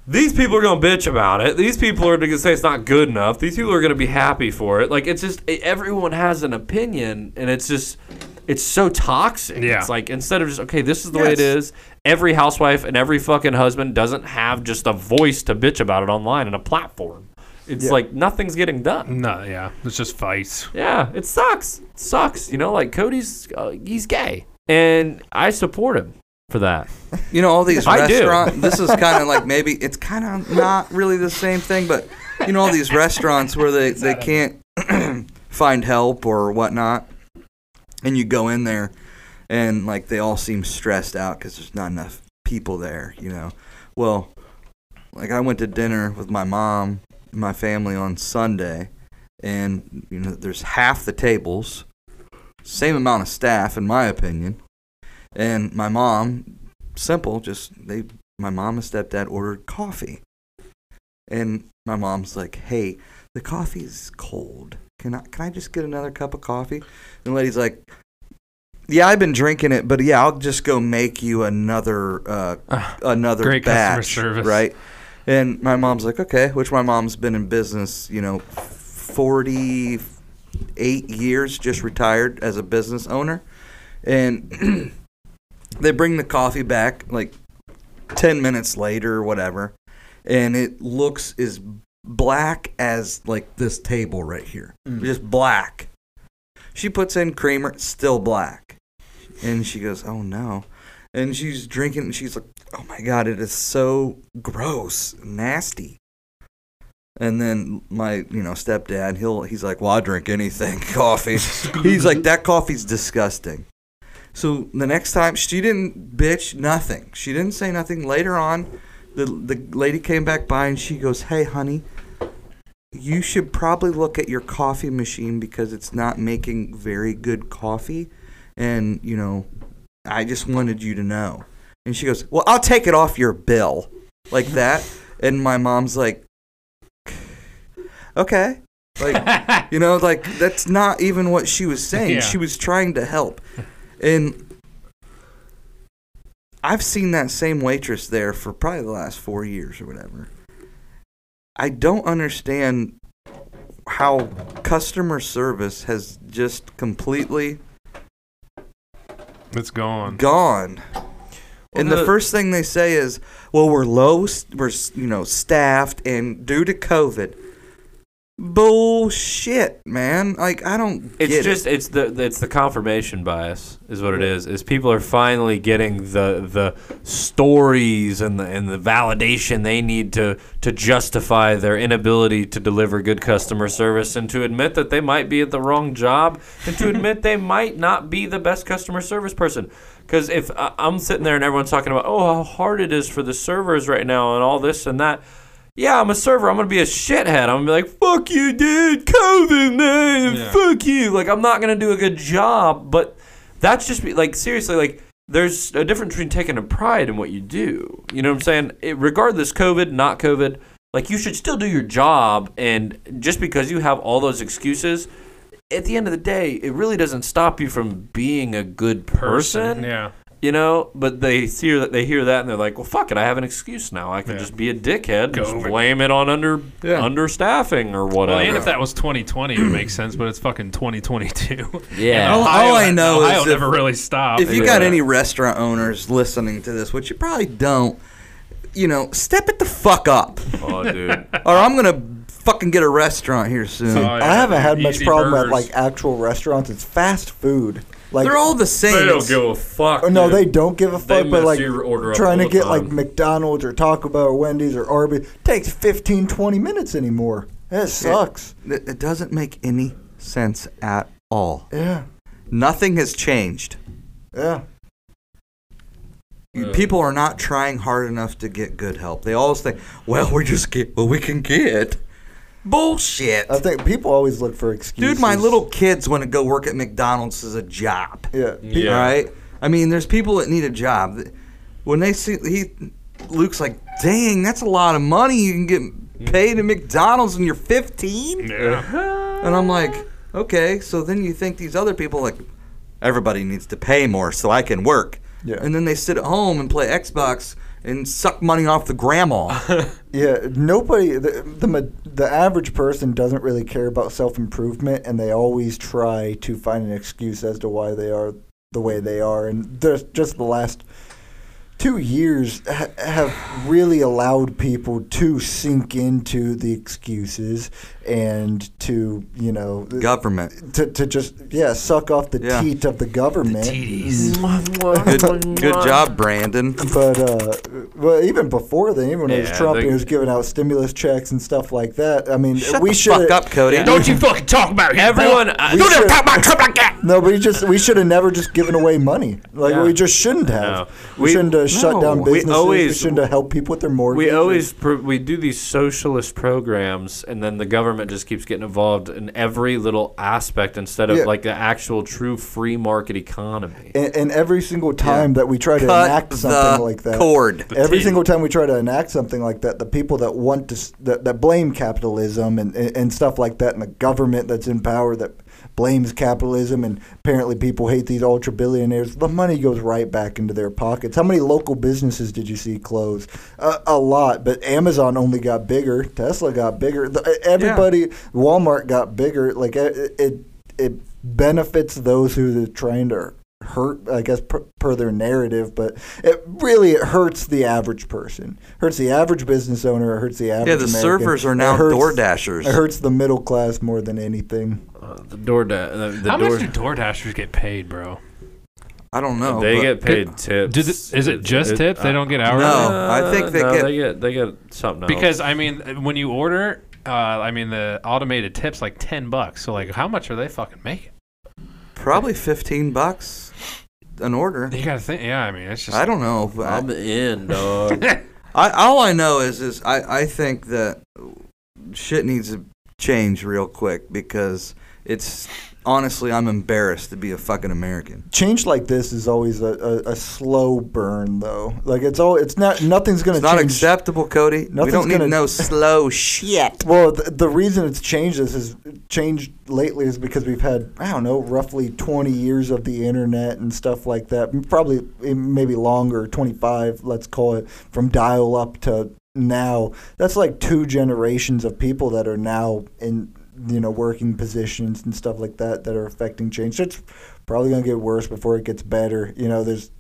S11: these people are going to bitch about it these people are going to say it's not good enough these people are going to be happy for it like it's just e- everyone has an opinion and it's just it's so toxic
S8: Yeah.
S11: it's like instead of just okay this is the way it is every housewife and every fucking husband doesn't have just a voice to bitch about it online and a platform it's like nothing's getting done
S8: No, yeah. It's just fights.
S11: yeah, it sucks. It sucks. You know, like Cody's, uh, he's gay, and I support him for that.
S6: You know, all these
S11: I do.
S6: restaurants. This is kind of like maybe it's kind of not really the same thing, but you know, all these restaurants where they they can't find help or whatnot, and you go in there, and like they all seem stressed out because there's not enough people there. You know, well, like I went to dinner with my mom, and my family on Sunday, and you know, there's half the tables, same amount of staff, in my opinion. And my mom simple. Just they, my mom and stepdad ordered coffee, and my mom's like, "Hey, the coffee's cold. Can I can I just get another cup of coffee?" And the lady's like, "Yeah, I've been drinking it, but yeah, I'll just go make you another uh,
S8: Ah,
S6: another
S8: great customer
S6: batch,
S8: service.
S6: right?" And my mom's like, "Okay," which my mom's been in business, you know, forty eight years, just retired as a business owner, and. they bring the coffee back like 10 minutes later or whatever and it looks as black as like this table right here just black she puts in creamer it's still black and she goes oh no and she's drinking and she's like oh my god it is so gross nasty and then my you know stepdad he'll he's like well i drink anything coffee he's like that coffee's disgusting so the next time she didn't bitch nothing. She didn't say nothing. Later on, the the lady came back by and she goes, "Hey, honey, you should probably look at your coffee machine because it's not making very good coffee, and you know, I just wanted you to know." And she goes, "Well, I'll take it off your bill," like that. And my mom's like, "Okay." Like you know, like that's not even what she was saying.
S8: Yeah.
S6: She was trying to help. And I've seen that same waitress there for probably the last four years or whatever. I don't understand how customer service has just completely
S8: It's gone.
S6: gone. and the,
S11: the-
S6: first thing they say is, "Well, we're low, s- we're s- you know staffed, and due to COVID." Bullshit, man! Like I don't.
S11: It's
S6: get it.
S11: just it's the it's the confirmation bias is what it is. Is people are finally getting the the stories and the and the validation they need to to justify their inability to deliver good customer service and to admit that they might be at the wrong job and to admit they might not be the best customer service person. Because if I- I'm sitting there and everyone's talking about oh how hard it is for the servers right now and all this and that. Yeah, I'm a server. I'm gonna be a shithead. I'm gonna be like, "Fuck you, dude. COVID, man. Fuck you." Like, I'm not gonna do a good job. But that's just be, like seriously. Like, there's a difference between taking a pride in what you do. You know what I'm saying? It, regardless, COVID, not COVID. Like, you should still do your job. And just because you have all those excuses, at the end of the day, it really doesn't stop you from being a good person.
S8: Yeah.
S11: You know, but they hear that they hear that and they're like, "Well, fuck it, I have an excuse now. I can just be a dickhead, and just blame it on under understaffing or whatever."
S8: Well, and if that was 2020, it makes sense, but it's fucking 2022.
S11: Yeah.
S8: And
S6: All,
S8: Ohio,
S6: all I know
S8: Ohio
S6: is
S8: never really stopped.
S6: If you got any restaurant owners listening to this, which you probably don't, you know, step it the fuck up.
S11: Oh, dude.
S6: or I'm gonna fucking get a restaurant here soon.
S7: I haven't had much problem at like actual restaurants. It's fast food. Like
S6: They're all the same. They don't
S11: give a fuck.
S7: Oh, no, they don't give a
S11: They
S7: fuck. But
S11: mess
S7: like
S11: your order up
S7: trying
S11: all
S7: to
S11: the
S7: get
S11: time.
S7: like McDonald's or Taco Bell or Wendy's or Arby's takes 15, 20 minutes anymore. That sucks.
S6: It, it doesn't make any sense at all.
S7: Yeah,
S6: Nothing has changed.
S7: yeah.
S6: You- People are not trying hard enough to get good help. They always think, "Well, we just get what we can get." Bullshit.
S7: I think people always look for excuses.
S6: Dude, my little kids want to go work at McDonald's as a job.
S7: Yeah.
S6: All right. I mean, there's people that need a job. When they see he, Luke's like, "Dang, that's a lot of money you can
S11: Mm.
S6: get paid at McDonald's when you're 15." And I'm like, "Okay, so then you think these other people like everybody needs to pay more so I can work."
S7: Yeah.
S6: And then they sit at home and play Xbox and suck money off the grandma.
S7: Yeah, nobody. The, the ma- the average person doesn't really care about self improvement, and they always try to find an excuse as to why they are the way they are. And there's just the last two years ha- have really allowed people to sink into the excuses and to you know th-
S6: Government.
S7: to, to just yeah suck off the
S6: Yeah.
S7: teat of the government.
S6: Good, good job, Brandon.
S7: But uh, well, even before then, even when it was
S6: Yeah,
S7: Trump,
S6: they-
S7: he was giving out stimulus checks and stuff like that. I mean,
S6: Shut
S7: we
S6: the
S7: should
S6: fuck up, Cody.
S7: Don't you
S8: fucking talk about him.
S11: Everyone, uh,
S7: We should- No, but we just we should have never just given away money. Like
S11: Yeah.
S7: we just shouldn't have.
S11: know.
S7: We,
S11: We-
S7: shouldn't have shut down
S11: No. We
S7: businesses. We,
S11: always-
S7: shouldn't have helped people with their mortgages.
S11: We always pro- we do these socialist programs, and then the government just keeps getting involved in every little aspect instead of
S7: Yeah.
S11: like the actual true free market economy.
S7: and, and every single time that we try to
S11: Cut
S7: enact
S11: the
S7: something like that,
S11: cord. The
S7: every
S11: tin.
S7: single time we try to enact something like that, the people that want to s- that, that blame capitalism and, and and stuff like that, and the government that's in power that blames capitalism, and apparently people hate these ultra billionaires. The money goes right back into their pockets. How many local businesses did you see close? Uh, a lot, but Amazon only got bigger. Tesla got bigger. The, e, everybody, Walmart got bigger. Like e, it. it it benefits those who they're trying to hurt, I guess, per, per their narrative. But it really it hurts the average person. Hurts the average business owner. It hurts the average.
S6: Yeah, the
S7: American.
S6: servers are now
S7: It hurts-
S6: DoorDashers.
S7: It hurts the middle class more than anything.
S11: Uh, The door, da- the, the
S8: How
S11: door
S8: much do DoorDashers get paid, bro?
S6: I don't know.
S11: they
S6: Oh, but-
S11: get paid tips.
S8: Does it- is it just tips? They don't get hourly?
S6: No, I think they
S11: Uh, no,
S6: get-
S11: they get they get something else.
S8: Because I mean, when you order, uh, I mean the automated tips like ten bucks. So like, how much are they fucking making?
S6: Probably 15 bucks an order.
S8: You gotta think. Yeah, I mean, it's just
S6: I don't know. but
S11: I'm in, dog.
S6: I, all I know is is I, I think that shit needs to change real quick because it's honestly I'm embarrassed to be a fucking American.
S7: Change like this is always a, a, a slow burn, though. Like it's all it's not nothing's going
S6: It's
S7: to
S6: not
S7: change.
S6: acceptable, Cody. we
S7: Nothing's
S6: don't need
S7: gonna-
S6: no slow shit.
S7: Well, the, the reason it's changed this is changed lately is because we've had I don't know roughly 20 years of the internet and stuff like that. m- Probably eh, maybe longer, 25, let's call it, from dial up to now. That's like two generations of people that are now in you know working positions and stuff like that that are affecting change. It's probably gonna get worse before it gets better. You know, there's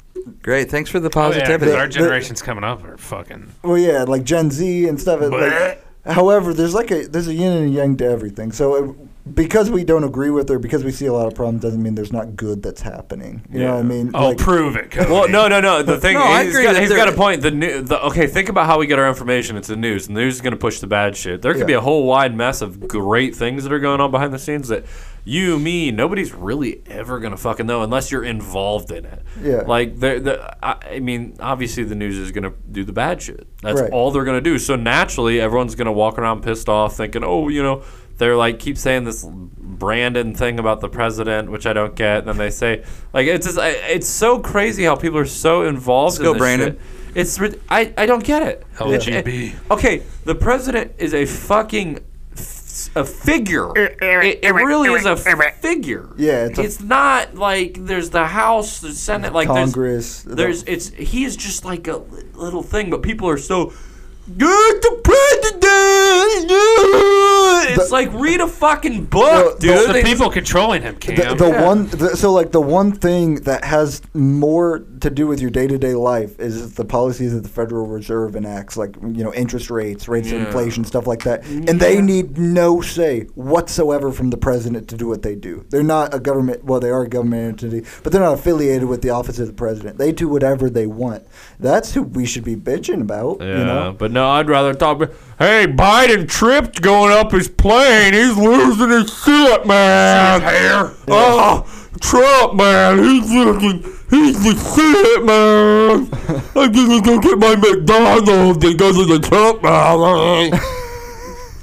S6: Great, thanks for the
S8: Oh, yeah, 'cause
S6: positivity.
S8: our generations coming up are fucking.
S7: Well, yeah, like Gen Z and stuff. it- Like, however, there's like a there's a yin and a yang to everything. So it, because we don't agree with her, because we see a lot of problems, doesn't mean there's not good that's happening. You know what I mean?
S8: Oh,
S7: like,
S8: prove it. Cody.
S11: Well, no, no, no. The thing
S6: No, I
S11: he's
S6: agree
S11: got,
S6: that
S11: he's
S6: there-
S11: got a point. The new, the, okay, think about how we get our information. It's the news. The news is going to push the bad shit. There could
S7: Yeah.
S11: be a whole wide mess of great things that are going on behind the scenes that you, me, nobody's really ever going to fucking know unless you're involved in it.
S7: Yeah.
S11: Like the, the I, I mean, obviously the news is going to do the bad shit. That's
S7: Right.
S11: all they're going to do. So naturally, everyone's going to walk around pissed off, thinking, oh, you know. They're like keep saying this Brandon thing about the president, which I don't get. And then they say like it's just, I- it's so crazy how people are so involved.
S6: Let's
S11: in
S6: go,
S11: this
S6: Brandon.
S11: shit. It's rid- I I don't get it.
S8: LGB.
S11: It- it- okay, the president is a fucking f- s- a figure. It, it really is a figure.
S7: Yeah, it's a-
S11: it's not like there's the House, the Senate, like there's-
S7: Congress, the-
S11: There's it's he is just like a li- little thing, but people are so. Good the president. It's like read a fucking book, dude.
S8: It's the
S11: They-
S8: people controlling him,
S7: The,
S8: Cam.
S7: the one, the, so like the one thing that has more to do with your day to day life is the policies that the Federal Reserve enacts, like you know interest rates, rates of
S11: Yeah.
S7: inflation, stuff like that. And they need no say whatsoever from the president to do what they do. They're not a government. Well, they are a government entity, but they're not affiliated with the office of the president. They do whatever they want. That's who we should be bitching about.
S11: Yeah,
S7: You know.
S11: but no, I'd rather talk. about- Hey, Biden tripped going up his plane. He's losing his shit, man. Oh, Trump, man, he's looking. He's the shit, man. I'm gonna go get my McDonald's and go to the Trump rally.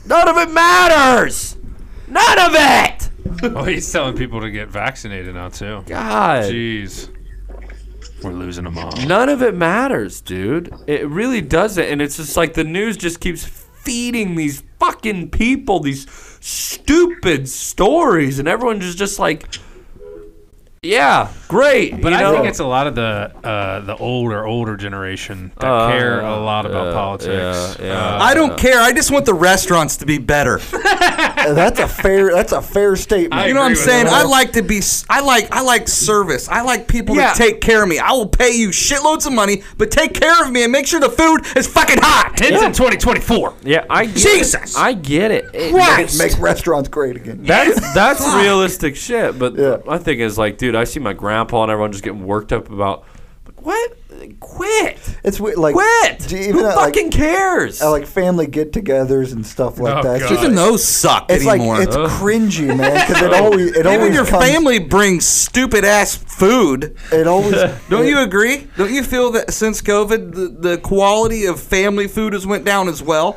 S11: None of it matters. None of it.
S8: well, oh, he's telling people to get vaccinated now too.
S11: God.
S8: jeez, we're losing them all.
S11: None of it matters, dude. It really doesn't. And it's just like the news just keeps feeding these fucking people these stupid stories, and everyone just just like, yeah, great.
S8: But
S11: you
S8: I
S11: know?
S8: think it's a lot of the uh, the older older generation that
S11: Uh,
S8: care a lot about
S11: yeah,
S8: politics.
S11: yeah, yeah.
S8: Uh,
S6: I don't care. I just want the restaurants to be better.
S7: Uh, that's a fair. That's a fair statement.
S6: you know what I'm
S8: agree with
S6: saying?
S8: that.
S6: I like to be. s- I like. I like service. I like people
S11: Yeah.
S6: to take care of me. I will pay you shitloads of money, but take care of me and make sure the food is fucking hot.
S8: It's in 2024.
S11: yeah, I get
S6: Jesus!
S11: It. I get it. It-
S6: Christ!
S7: Make restaurants great again.
S11: That's that's realistic shit. But
S7: Yeah.
S11: my thing is like, dude, I see my grandpa and everyone just getting worked up about. like, What? Quit!
S7: It's weird, like
S11: Quit!
S7: do you
S11: Who
S7: even at, like-
S11: fucking cares?
S7: at uh, like family get-togethers and stuff like
S8: Oh,
S7: that. It's
S8: God.
S7: just-
S6: Even those suck
S7: it's like
S6: anymore.
S7: it's cringy, man, because it always it
S6: Even
S7: always
S6: your
S7: comes,
S6: family brings stupid ass food.
S7: It always
S6: Don't
S7: it-
S6: you agree? Don't you feel that since COVID, the, the quality of family food has went down as well?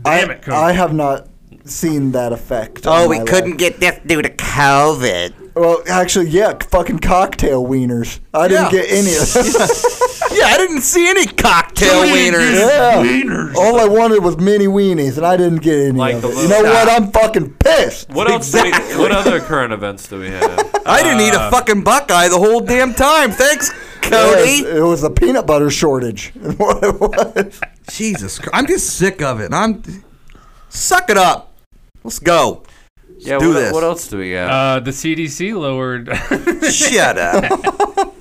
S8: Damn
S7: I,
S8: it, Cody.
S7: I have not seen that effect.
S6: Oh,
S7: on my life.
S6: get this due to COVID.
S7: Well, actually, yeah, fucking cocktail wieners. I didn't
S6: Yeah.
S7: get any of that.
S6: Yeah, I didn't see any cocktail wieners.
S7: yeah. All I wanted was mini weenies, and I didn't get any
S11: Like
S7: of
S11: the
S7: it. You
S11: little-
S7: know what? I'm fucking pissed.
S11: What else? do we, what other current events do we have?
S6: I didn't eat a fucking Buckeye the whole damn time. Thanks, Cody.
S7: Yes, it was a peanut butter shortage. what it was.
S6: Jesus Christ. I'm just sick of it. I'm. Suck it up. Let's go.
S11: yeah,
S6: do
S11: what,
S6: this.
S11: what else do we have?
S8: Uh, the CDC lowered.
S6: Shut up.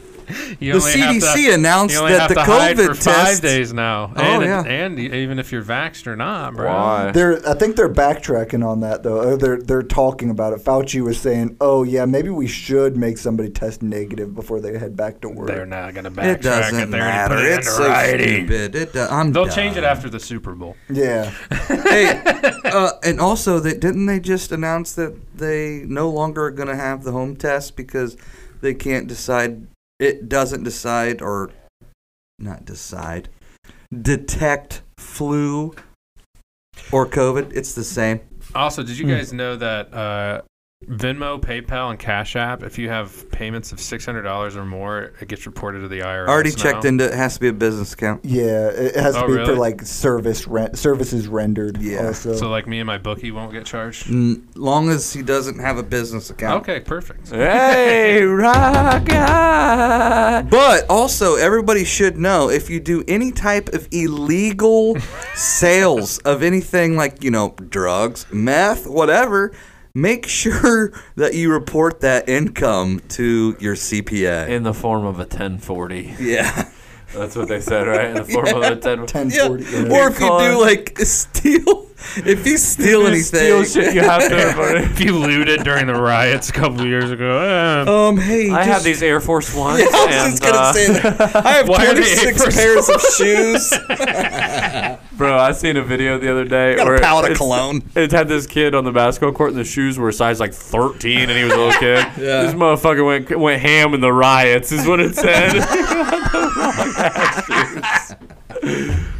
S8: you
S6: The
S8: only have to-
S6: CDC announced
S8: you only
S6: that
S8: have
S6: the
S8: to hide
S6: COVID
S8: for
S6: tests-
S8: five days now.
S6: Oh,
S8: and,
S6: yeah.
S8: and even if you're vaxxed or not, bro.
S11: Why?
S7: They're, I think they're backtracking on that though. Or They're they're talking about it. Fauci was saying, "Oh yeah, maybe we should make somebody test negative before they head back to work."
S8: They're not gonna backtrack
S6: It doesn't
S8: They're
S6: matter.
S8: Gonna put it
S6: It's
S8: in
S6: so
S8: writing.
S6: stupid. It do- I'm
S8: They'll
S6: done.
S8: change it after the Super Bowl.
S7: Yeah,
S6: hey, uh, and also, they, didn't they just announce that they no longer are going to have the home test because they can't decide? It doesn't decide or not decide detect flu or COVID. It's the same.
S8: Also, did you
S6: Hmm.
S8: guys know that uh, Venmo, PayPal, and Cash App, if you have payments of six hundred dollars or more, it gets reported to the IRS.
S6: I already
S8: now?
S6: checked into it. Has to be a business account.
S7: yeah. It has to
S8: Oh,
S7: be for
S8: really?
S7: like service rent, services rendered.
S6: Yeah.
S7: Also.
S8: So, like me and my bookie won't get charged.
S7: Mm.
S6: N- long as he doesn't have a business account.
S8: Okay, perfect.
S11: hey, rock on.
S6: But also, everybody should know if you do any type of illegal sales of anything like, you know, drugs, meth, whatever, make sure that you report that income to your CPA.
S11: In the form of a 1040.
S6: Yeah.
S11: That's what they said, right? In the form of a 1040.
S7: 1040.
S6: Or if you do like steal, if you steal anything.
S11: Steal shit you have to report.
S8: if you looted during the riots a couple years ago, eh,
S6: Um, hey,
S11: I
S6: just,
S11: have these Air Force Ones.
S6: I was just
S11: and,
S6: gonna
S11: uh,
S6: say that. I have
S8: Why are they
S6: 26 pairs of shoes.
S11: Bro, I seen a video the other day
S6: Got a
S11: where
S6: palette of
S11: it's-
S6: cologne.
S11: It had this kid on the basketball court, and the shoes were a size like 13, and he was a little kid. This motherfucker went went ham in the riots, is what it said.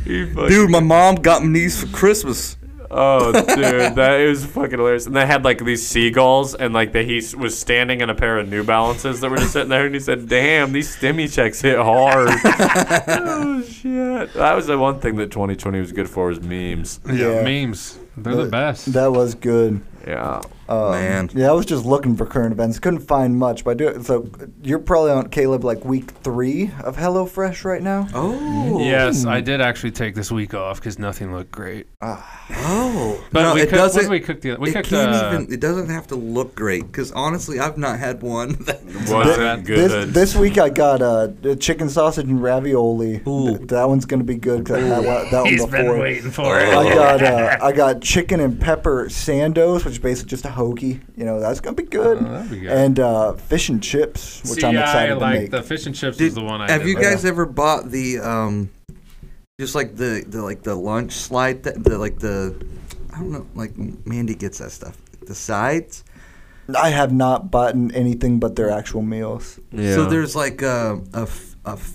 S11: He fucking-
S6: Dude, my mom got me these for Christmas.
S11: Oh, dude, that is fucking hilarious. And they had like these seagulls, and like that he s- was standing in a pair of New Balances that were just sitting there, and he said, "Damn, these stimmy checks hit hard." oh shit! That was the one thing that 2020 was good for was memes.
S7: yeah.
S8: memes. They're the best.
S7: That was good.
S11: Yeah.
S6: Man.
S7: Yeah, I was just looking for current events. Couldn't find much, but I do. So you're probably on Caleb like week three of HelloFresh right now.
S6: Oh.
S8: Yes, I did actually take this week off because nothing looked great.
S6: Oh,
S8: But
S6: no,
S8: we
S6: it
S8: cooked- what
S6: doesn't.
S8: did we cook the- we
S6: it
S8: cooked,
S6: can't
S8: uh,
S6: even. It doesn't have to look great because honestly, I've not had one. That
S11: Wasn't good.
S7: This, this week I got uh, the chicken sausage and ravioli. Th- that one's gonna be good 'cause I had wa- that one
S8: He's
S7: before.
S8: been waiting for it.
S7: I got uh, I got chicken and pepper sandos, which is basically just a hoagie. You know that's gonna be good.
S8: Oh, that'd be good.
S7: And uh, fish and chips, which
S8: See,
S7: I'm
S8: I
S7: excited to
S8: like
S7: make.
S8: the fish and chips
S6: Did-
S8: is the one I
S6: have
S8: did
S6: you
S8: like.
S6: guys ever bought the um, just like the, the like the lunch slide that the like the I don't know like Mandy gets that stuff the sides.
S7: I have not bought anything but their actual meals.
S11: Yeah.
S6: So there's like a a, f- a f-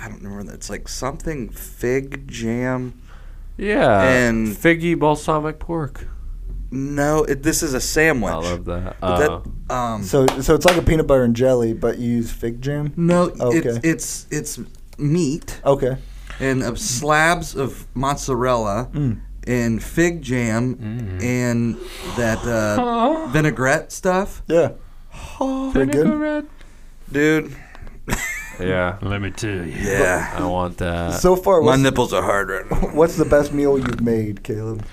S6: I don't remember that. It's like something fig jam.
S11: yeah.
S6: And-
S11: figgy balsamic pork.
S6: No, it, this is a sandwich.
S11: I love that.
S6: But
S11: Uh,
S6: that um,
S7: So so it's like a peanut butter and jelly, but you use fig jam.
S6: no,
S7: Okay. Oh.
S6: it's it's it's meat
S7: Okay.
S6: and of slabs of mozzarella
S7: Mm.
S6: and fig jam and that uh, vinaigrette stuff,
S7: Yeah. Pretty good.
S6: dude.
S11: yeah.
S8: Let me tell you.
S6: Yeah,
S11: I want that.
S7: So far,
S6: my
S7: what's,
S6: nipples are hard right now.
S7: what's the best meal you've made, Caleb?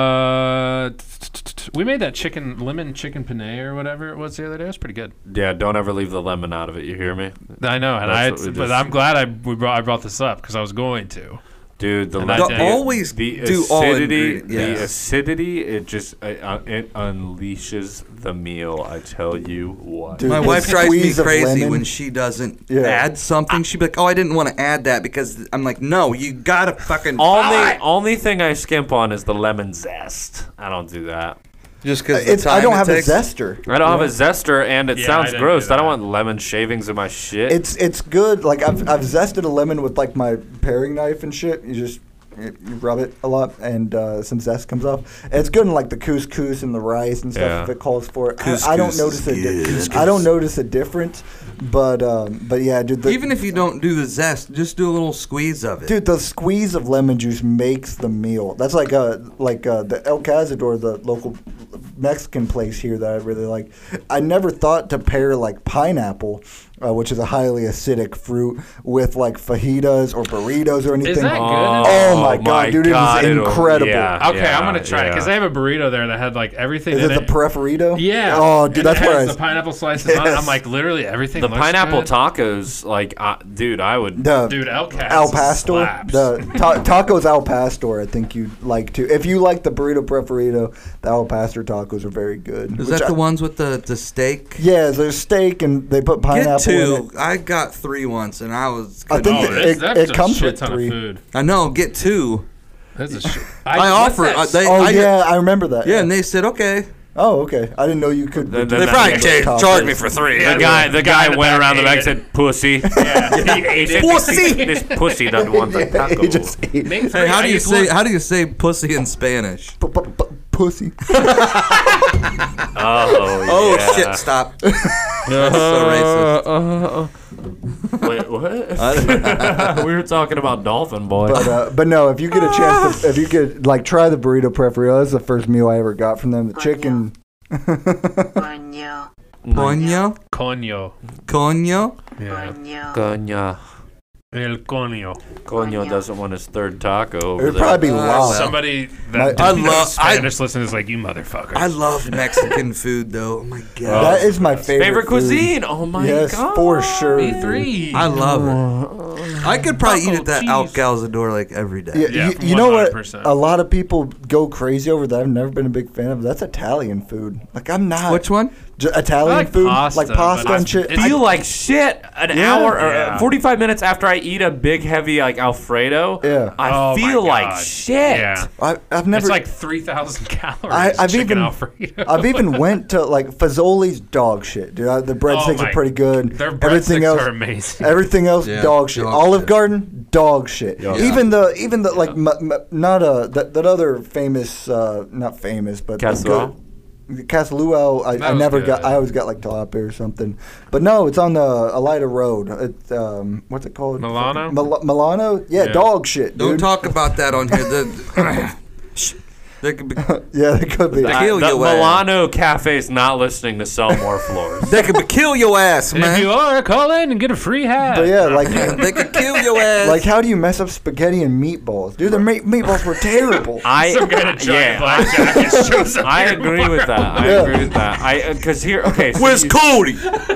S8: Uh, t- t- t- we made that chicken lemon chicken penne or whatever it was the other day. It was pretty good.
S11: yeah, don't ever leave the lemon out of it. You hear me,
S8: I know, and
S11: That's
S8: I.
S11: what we
S8: But
S11: just-
S8: I'm glad I we brought I brought this up because I was going to.
S11: dude? The
S8: And I
S11: lemon.
S8: did.
S6: Always
S11: the
S6: do all
S11: acidity.
S6: ingredient-
S11: The
S6: yes.
S11: acidity. It just uh, uh, it unleashes the meal. I tell you what.
S7: Dude.
S6: My
S7: The
S6: wife drives me
S7: squeeze of
S6: crazy
S7: lemon.
S6: when she doesn't
S7: Yeah.
S6: add something. She'd be like, "Oh, I didn't want to add that because I'm like, no, you gotta fucking
S11: Only
S6: Ah!
S11: only thing I skimp on is the lemon zest. I don't do that.
S6: just because
S7: Uh, It's, I don't have a zester.
S11: I don't have a zester, and it
S8: Yeah, I
S11: sounds
S8: didn't
S11: gross.
S8: do
S11: I don't
S8: that.
S11: want lemon shavings in my shit.
S7: It's it's good. Like I've I've zested a lemon with like my paring knife and shit. You just you rub it a lot, and uh, some zest comes off. And it's good in like the couscous and the rice and stuff
S11: Yeah.
S7: if it calls for it. I, I don't
S6: Couscous
S7: notice a
S6: is
S7: di-
S6: good.
S7: I don't notice a difference, but um, but yeah, dude. The,
S6: Even if you don't do the zest, just do a little squeeze of it.
S7: Dude, the squeeze of lemon juice makes the meal. That's like uh like uh, the El Cazador, the local Mexican place here that I really like. I never thought to pair like pineapple, uh, which is a highly acidic fruit, with like fajitas or burritos or anything.
S8: that good?
S7: Oh, my god, dude,
S11: God,
S7: it
S11: it'll-
S7: was incredible.
S11: yeah.
S8: Okay, I'm gonna try it because they
S11: yeah.
S8: have a burrito there that had like everything.
S7: Is
S8: in
S7: it the Perforito?
S8: yeah.
S7: Oh, dude,
S8: and
S7: that's
S8: it
S7: where I.
S8: has the pineapple slices. on it. I'm
S7: Yes.
S8: like literally everything.
S11: the
S8: looks
S11: pineapple
S8: good.
S11: tacos. Like, uh, dude, I would.
S7: the
S8: Dude, El Cas
S7: Al Pastor,
S8: slaps.
S7: the ta- tacos Al Pastor. I think you would like to. If you like the burrito preferito, the Al Pastor tacos are very good.
S6: is
S7: Which
S6: that
S7: I-
S6: the ones with the, the steak?
S7: Yeah, there's steak and they put pineapple
S6: Get
S7: in
S6: two.
S7: it.
S6: I got three once, and I was.
S7: I think
S8: Oh,
S7: that
S8: that's-
S7: it-
S8: that's
S7: it
S8: a
S7: comes
S8: shit
S7: with
S8: ton
S7: three.
S8: Of food.
S6: I know. Get two.
S8: That's a shit.
S6: I
S8: what's
S6: offer-
S8: that
S6: uh, they-
S7: Oh
S6: I-
S7: yeah, I remember that.
S6: Yeah, and they said okay.
S7: oh okay, I didn't know you could.
S11: Then-
S7: do
S11: then
S7: that
S11: probably
S7: with
S11: cha-
S7: tacos.
S6: three.
S11: The guy, the guy
S8: in the
S11: went
S8: back
S11: around the
S8: ate
S11: back
S8: it.
S11: and said, "Pussy."
S8: Yeah, he ate it.
S11: Pussy. this pussy doesn't want the
S7: Yeah,
S11: taco.
S7: he just ate
S8: Make three,
S6: Hey, how
S8: I
S6: do you
S8: eat
S6: say
S8: one.
S6: how do you say pussy in Spanish?
S7: p- p- p- pussy.
S11: oh,
S6: Oh
S11: yeah.
S6: shit! Stop. That's so
S11: Uh,
S6: racist.
S11: Wait, what? we were talking about dolphin boy.
S7: But uh, but no, if you get a chance, to, if you could like try the burrito preferito, that's the first meal I ever got from them. The chicken.
S10: Coño,
S6: Coño,
S8: Coño.
S6: coño.
S8: Yeah.
S10: coño.
S11: Coño,
S8: El coño.
S11: Coño doesn't want his third taco.
S7: It
S11: Over
S7: would
S11: there.
S7: probably be lava.
S8: Somebody
S7: My-
S8: that
S6: I
S8: didn't know
S6: love- I-
S8: Spanish listening is like you motherfucker.
S6: I love Mexican food though. Oh my god.
S7: that is my favorite.
S11: favorite
S7: food.
S11: cuisine. Oh my
S7: yes,
S11: god.
S7: for sure.
S8: three.
S6: I love it. I could probably eat
S8: Taco
S6: at that Al Calzador like every day.
S7: Yeah,
S8: Yeah,
S7: you, you know what?
S8: 100%.
S7: A lot of people go crazy over that. I've never been a big fan of. That's Italian food. Like I'm not.
S6: Which one?
S7: J- Italian
S8: I like
S7: food,
S8: pasta,
S7: like
S8: but
S7: pasta
S8: I-
S7: and shit.
S8: it's-
S11: feel like shit an hour or
S8: Yeah.
S11: 45 minutes after I eat a big heavy like Alfredo.
S7: Yeah.
S11: I
S8: Oh my
S11: feel like
S8: God.
S11: shit.
S8: Yeah.
S7: I, I've never.
S8: it's like 3,000 calories.
S7: I, I've
S8: chicken
S7: even
S8: Alfredo.
S7: I've even went to like Fazoli's dog shit, dude. I, the breadsticks
S8: my-
S7: are pretty good.
S8: Their
S7: everything
S8: breadsticks
S7: else
S8: are amazing.
S7: Everything else
S6: Yeah,
S7: dog shit.
S6: dog
S7: Olive
S6: shit.
S7: Garden dog shit. Even the even the like m- m- not a that, that other famous uh, not famous but
S11: Casserole?
S7: good- Casaluau, I, I
S8: was
S7: never got.
S8: good.
S7: I always got like tilapia or something, but no, it's on the Elida Road. It's um, what's it called?
S8: Milano?
S7: Mil- Milano, yeah,
S8: Yeah.
S7: dog shit. Dude.
S6: Don't talk about that on here. The, They could be.
S7: yeah, they could be.
S11: I- the Milano Cafe's not listening to sell more floors.
S6: They could be kill your ass,
S7: And if
S6: man.
S7: you
S11: are, call in and get a free hat.
S7: But yeah, like
S6: they could kill your ass.
S7: Like, how do you mess up spaghetti and meatballs, dude? The meat- meatballs were terrible.
S11: I yeah, I
S7: here
S11: agree with that. I
S7: Yeah.
S11: agree with that. I because here okay, so
S6: Where's
S11: you-
S6: Cody?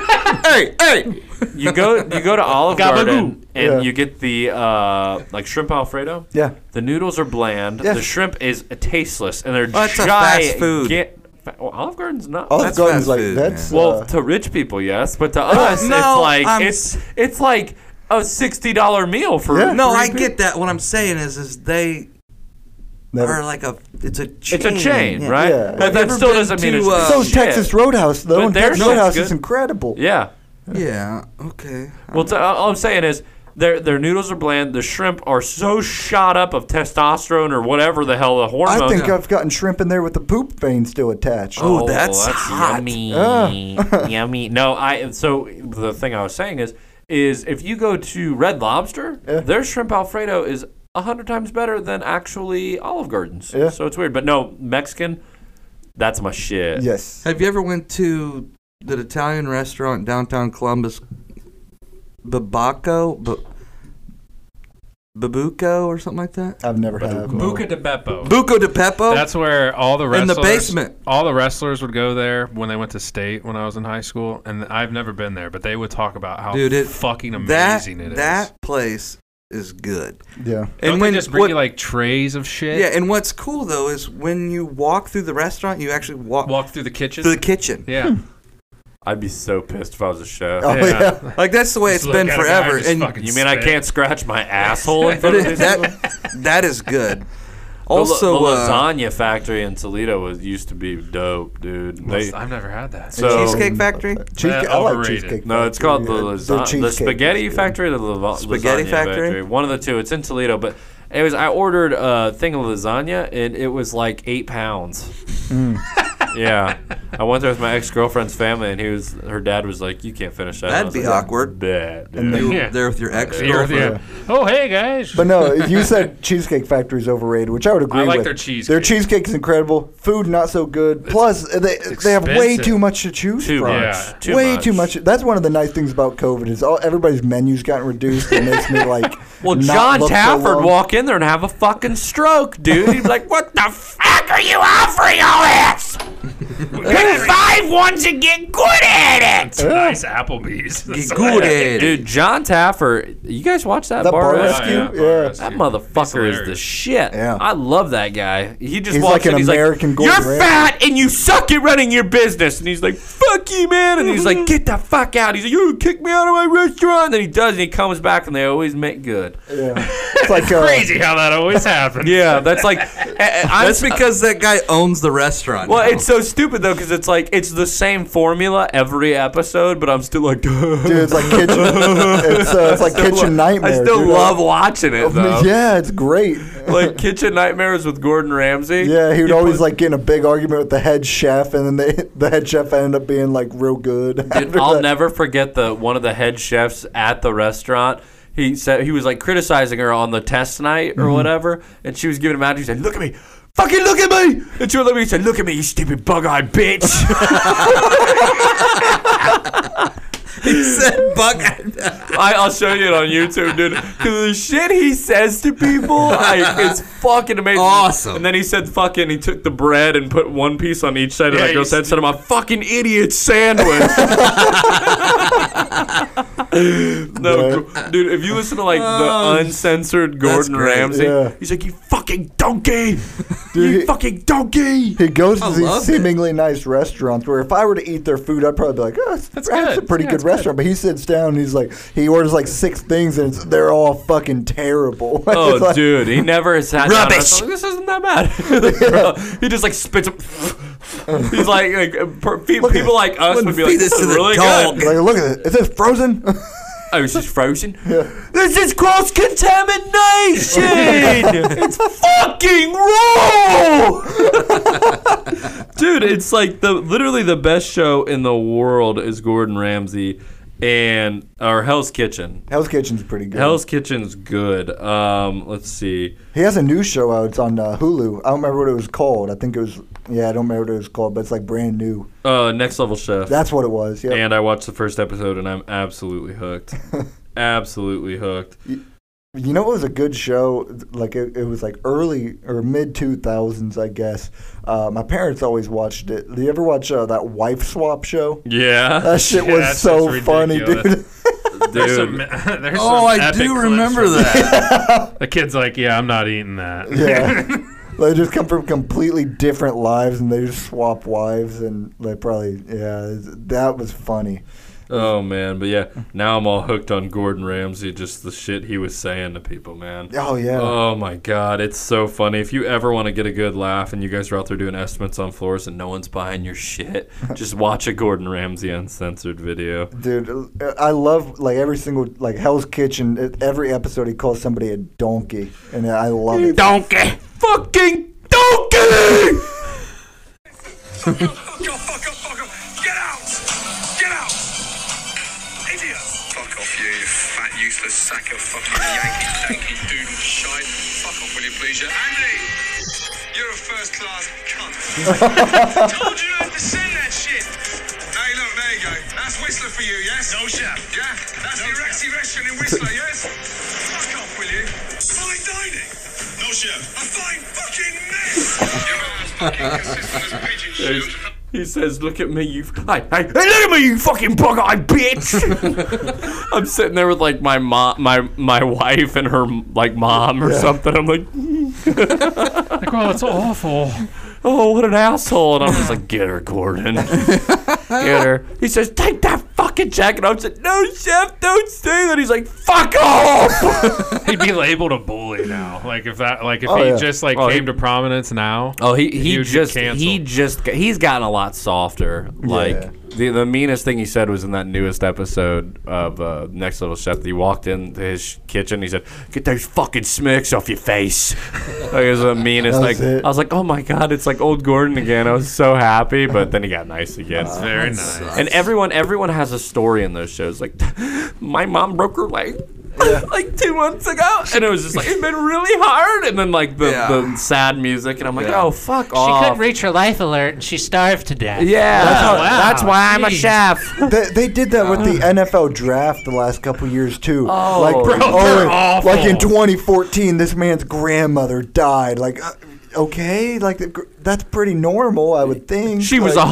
S6: hey, hey.
S11: You go you go to Olive
S6: Gabagoo.
S11: Garden and
S6: Yeah.
S11: you get the uh, like shrimp Alfredo.
S7: Yeah.
S11: The noodles are bland.
S7: Yeah. Oh,
S11: The shrimp is tasteless, and they're
S6: That's a fast
S11: giant.
S6: food.
S11: Get, fa- well, Olive Garden's not.
S7: Olive
S11: that's
S7: Garden's
S11: fast
S7: like-
S11: food,
S7: that's,
S11: man. well
S7: Oh, uh, Oh,
S11: to rich people, yes, but to us,
S6: no,
S11: it's like
S6: I'm-
S11: it's it's like a sixty dollar meal for.
S6: No,
S11: three
S6: I
S11: people.
S6: get that. What I'm saying is, is they
S7: Never-
S6: are like a. It's a chain.
S11: It's a chain, right?
S7: Yeah.
S11: But that
S6: Never
S11: still
S6: been
S11: doesn't mean
S6: to,
S11: it's
S6: uh,
S7: so is
S11: Oh, shit.
S7: Texas Roadhouse though,
S11: But
S7: and
S11: their
S7: Texas
S11: shit's
S7: Roadhouse
S11: good.
S7: is incredible.
S11: Yeah.
S6: Yeah. Okay.
S11: Well, t- all I'm saying is their their noodles are bland. The shrimp are so shot up of testosterone or whatever the hell the hormones.
S7: I think I've gotten shrimp in there with the poop vein still attached.
S11: Oh, yummy,
S7: Ah.
S11: yummy. No, I. So the thing I was saying is, is if you go to Red Lobster, their shrimp Alfredo is a hundred times better than actually Olive Garden's.
S7: Yeah.
S11: So it's weird, but no Mexican. That's my shit.
S7: Yes.
S6: Have you ever went to that Italian restaurant in downtown Columbus, Babacco, B- Babuco, or something like that?
S7: I've never had.
S8: Buca de Beppo.
S6: Buco de Beppo.
S8: That's where all the
S6: In the
S8: wrestlers,
S6: basement.
S8: All the wrestlers would go there when they went to state when I was in high school, and I've never been there, but they would talk about how
S6: Dude, it-
S8: fucking
S6: that
S8: amazing it is.
S6: that place is good.
S7: Yeah.
S8: Don't
S6: And
S8: they
S6: when
S8: just bring
S6: what-
S8: you like trays of shit?
S6: Yeah, and what's cool though is when you walk through the restaurant, you actually walk
S8: walk through the kitchen.
S6: through the kitchen.
S8: yeah,
S11: I'd be so pissed if I was a chef.
S7: Oh, yeah.
S6: Like that's the way it's
S8: Just look
S6: been
S8: at a guy
S6: forever.
S8: just
S6: And
S8: fucking
S11: You mean I
S8: spit.
S11: can't scratch my asshole in front of these people?
S6: that that is good.
S11: The la-
S6: Also,
S11: the,
S6: uh,
S11: lasagna factory in Toledo was used to be dope, dude. They,
S8: I've never had that.
S11: so
S6: Cheesecake Factory.
S7: Cheese-
S8: Uh,
S7: I like
S8: overrated.
S7: cheesecake.
S11: no, it's
S7: Factory.
S11: called the
S7: Yeah,
S11: lasagna, the
S7: cheesecake
S11: spaghetti
S7: is good.
S11: factory or the lava-
S6: Spaghetti
S11: lasagna
S6: factory?
S11: One of the two. It's in Toledo, but anyways, I ordered a thing of lasagna and it was like eight pounds.
S7: Mm.
S11: yeah, I went there with my ex girlfriend's family, and he was her dad was like, "You can't finish that." And I
S6: That'd
S11: was
S6: be
S11: like,
S6: awkward.
S11: Bet. dude."
S6: You
S8: Yeah.
S6: there with your ex
S8: You're- yeah.
S6: girlfriend.
S8: Oh hey guys.
S7: But no, you said Cheesecake Factory is overrated, which I would agree
S8: I
S7: with.
S8: like their cheesecake.
S7: Their cheesecake is incredible. Food not so good. Plus, they they have way
S8: expensive.
S7: too much to choose
S11: Too
S7: from.
S11: much.
S8: Yeah.
S11: Too
S7: way
S11: much.
S7: too much. That's one of the nice things about COVID is all everybody's menu's gotten reduced. It makes me like.
S11: Well,
S7: not
S11: John
S7: look so
S11: Tafford
S7: long.
S11: walk in there and have a fucking stroke, dude. He'd be like, "What the fuck are you offering all this? Pick five ones and get good at it."
S8: nice Applebee's. That's
S6: Get
S8: what I
S6: good
S8: had.
S6: at it.
S11: Dude, John Tafford, you guys watch that,
S7: That
S11: bar,
S7: bar rescue.
S11: rescue?
S8: yeah,
S7: Yeah.
S8: bar rescue.
S11: That motherfucker is the
S8: hilarious.
S11: shit.
S7: Yeah.
S11: I love that guy. He just
S7: He's
S11: walks
S7: like an
S11: in. He's
S7: American
S11: like, "You're
S7: Gordon Ramsay."
S11: fat and you suck at running your business." And he's like, "Fuck you, man!" And he's like, "Get the fuck out!" He's like, "You kick me out of my restaurant." And he does, and he comes back, and they always make good.
S7: Yeah. It's like uh,
S8: Crazy how that always happens.
S11: Yeah, that's like i
S6: That's because that guy owns the restaurant.
S11: Well,
S6: now.
S11: it's so stupid though because it's like it's the same formula every episode, but I'm still like,
S7: Dude, it's like kitchen. it's, uh, it's like kitchen nightmare.
S11: I still
S7: dude. Oh,
S11: love watching it though.
S7: Yeah, it's great.
S11: Like kitchen nightmares with Gordon Ramsay.
S7: Yeah, he would
S11: You
S7: always
S11: put-
S7: like get in a big argument with the head chef, and then they, the head chef ended up being like real good.
S11: Dude,
S7: after
S11: I'll
S7: that.
S11: never forget the one of the head chefs at the restaurant. He said he was like criticizing her on the test night
S7: Mm-hmm.
S11: or whatever, and she was giving him out. He said, "Look at me." Fucking look at me! And she would look at me and said, Look at me, you stupid bug eyed bitch.
S6: said bug.
S11: I, I'll show you it on YouTube, dude. Because the shit he says to people like, is fucking amazing.
S6: Awesome.
S11: And then he said, fucking, he took the bread and put one piece on each side of
S8: Yeah,
S11: that girl's
S8: you-
S11: head, said, I'm a fucking idiot sandwich. no, gr- dude, if you listen to like the uncensored Gordon
S6: great,
S11: Ramsay,
S7: yeah.
S11: he's like, you fucking donkey! you
S7: he-
S11: fucking donkey!
S7: He goes
S6: I
S7: to
S6: love
S7: these
S6: it.
S7: seemingly nice restaurants where if I were to eat their food, I'd probably be like, oh, it's, that's a
S8: good.
S7: pretty
S8: Yeah,
S7: good
S8: it's
S7: restaurant. But he sits down and he's like, he orders like six things and it's, they're all fucking terrible. It's
S11: Oh,
S7: like-
S11: dude, he never sat down. and
S6: Rubbish.
S11: was Like, this isn't that bad. he just like spits. up-
S7: Uh.
S11: He's like, like per, pe-
S7: Look at
S11: people
S7: it.
S11: like us would
S6: Wouldn't
S11: be like,
S6: feed
S11: this
S6: this to
S11: is
S6: the
S11: really
S6: dog."
S11: good.
S7: Like, look at it. Is this frozen?
S11: Oh, it's just frozen. This is cross contamination. it's fucking raw, dude. It's like the literally the best show in the world is Gordon Ramsay. and or Hell's Kitchen.
S7: Hell's Kitchen's pretty good.
S11: Hell's Kitchen's good. Um, let's see.
S7: He has a new show out. It's on uh, Hulu. I don't remember what it was called. I think it was yeah. I don't remember what it was called, but it's like brand new.
S11: Uh, Next Level Chef.
S7: That's what it was. Yeah.
S11: And I watched the first episode, and I'm absolutely hooked. absolutely hooked.
S7: You know what was a good show? Like it, it was like early or mid two thousands, I guess. Uh, my parents always watched it. Did you ever watch uh, that wife swap show?
S11: Yeah.
S7: That shit
S8: Yeah,
S7: was
S8: that's
S7: so
S8: just
S7: funny,
S8: ridiculous.
S7: dude.
S8: There's some,
S11: Dude.
S8: there's
S11: Oh,
S8: some
S11: I
S8: epic
S11: do
S8: clips
S11: remember
S8: from
S11: that.
S8: that. the kid's like, yeah, I'm not eating that.
S7: yeah. They just come from completely different lives, and they just swap wives, and they probably yeah. That was funny.
S11: Oh man, but yeah, now I'm all hooked on Gordon Ramsay. Just the shit he was saying to people, man.
S7: Oh, yeah.
S8: Uh.
S11: Oh my god, it's so funny. If you ever want to get a good laugh, and you guys are out there doing estimates on floors, and no one's buying your shit, just watch a Gordon Ramsay uncensored video.
S7: Dude, uh, I love like every single like Hell's Kitchen. uh, Every episode, he calls somebody a donkey, and I love it.
S11: Donkey, fucking donkey.
S13: Get out! Idiot! Fuck off, you fat, useless sack of fucking Yankee, danky, doodle shite. Fuck off, will you please, you? Andy! You're a first class cunt. Told you not to send that shit! Hey, look, there you go. That's Whistler for you, yes? No, chef. Yeah? That's the Rexy restaurant in Whistler, yes? Fuck off, will you? Fine dining! No, chef. A fine fucking mess! You're as fucking consistent as pigeon shit.
S11: He says, "Look at me, you hey, hey, hey, look at me, you fucking bug-eyed bitch." I'm sitting there with like my mom, my my wife, and her like mom or
S8: Yeah.
S11: something. I'm like,
S8: like, oh, it's awful.
S11: "Oh, what an asshole!" And I'm just like, "Get her, Gordon, get her." He says, "Take that fucking jacket." I'm like, "No, chef, don't say that." He's like, "Fuck off."
S8: He'd be labeled a bully now. Like if that, like if
S11: Oh,
S8: he
S11: yeah.
S8: just like
S11: Oh,
S8: came
S11: he-
S8: to prominence now.
S11: Oh, he he,
S8: would get
S11: just
S8: canceled.
S11: he just he's gotten a lot softer. Like the the meanest thing he said was in that newest episode of uh, Next Level Chef. He walked into his kitchen. He said, "Get those fucking smirks off your face." like it was the meanest.
S8: That
S11: Like
S8: was it.
S11: I was like, "Oh my god, it's like old Gordon again." I was so happy, but then he got nice again.
S8: That's very That nice. sucks.
S11: And everyone everyone has a story in those shows. Like my mom broke her leg. like two months ago, and it was just like it's been really hard. And then like the,
S14: Yeah.
S11: the sad music, and I'm like,
S14: Yeah.
S11: oh fuck
S14: She
S11: off.
S14: couldn't reach her life alert, and she starved to death.
S11: Yeah, that's, how- that's why I'm
S14: Jeez.
S11: a chef.
S7: They, they did that with the NFL draft the last couple years too.
S11: Oh.
S7: like,
S11: Bro, they're
S7: oh,
S11: awful.
S7: like in 2014, this man's grandmother died. Like, uh, okay, like the, gr- that's pretty normal, I would think.
S11: She was
S7: Like-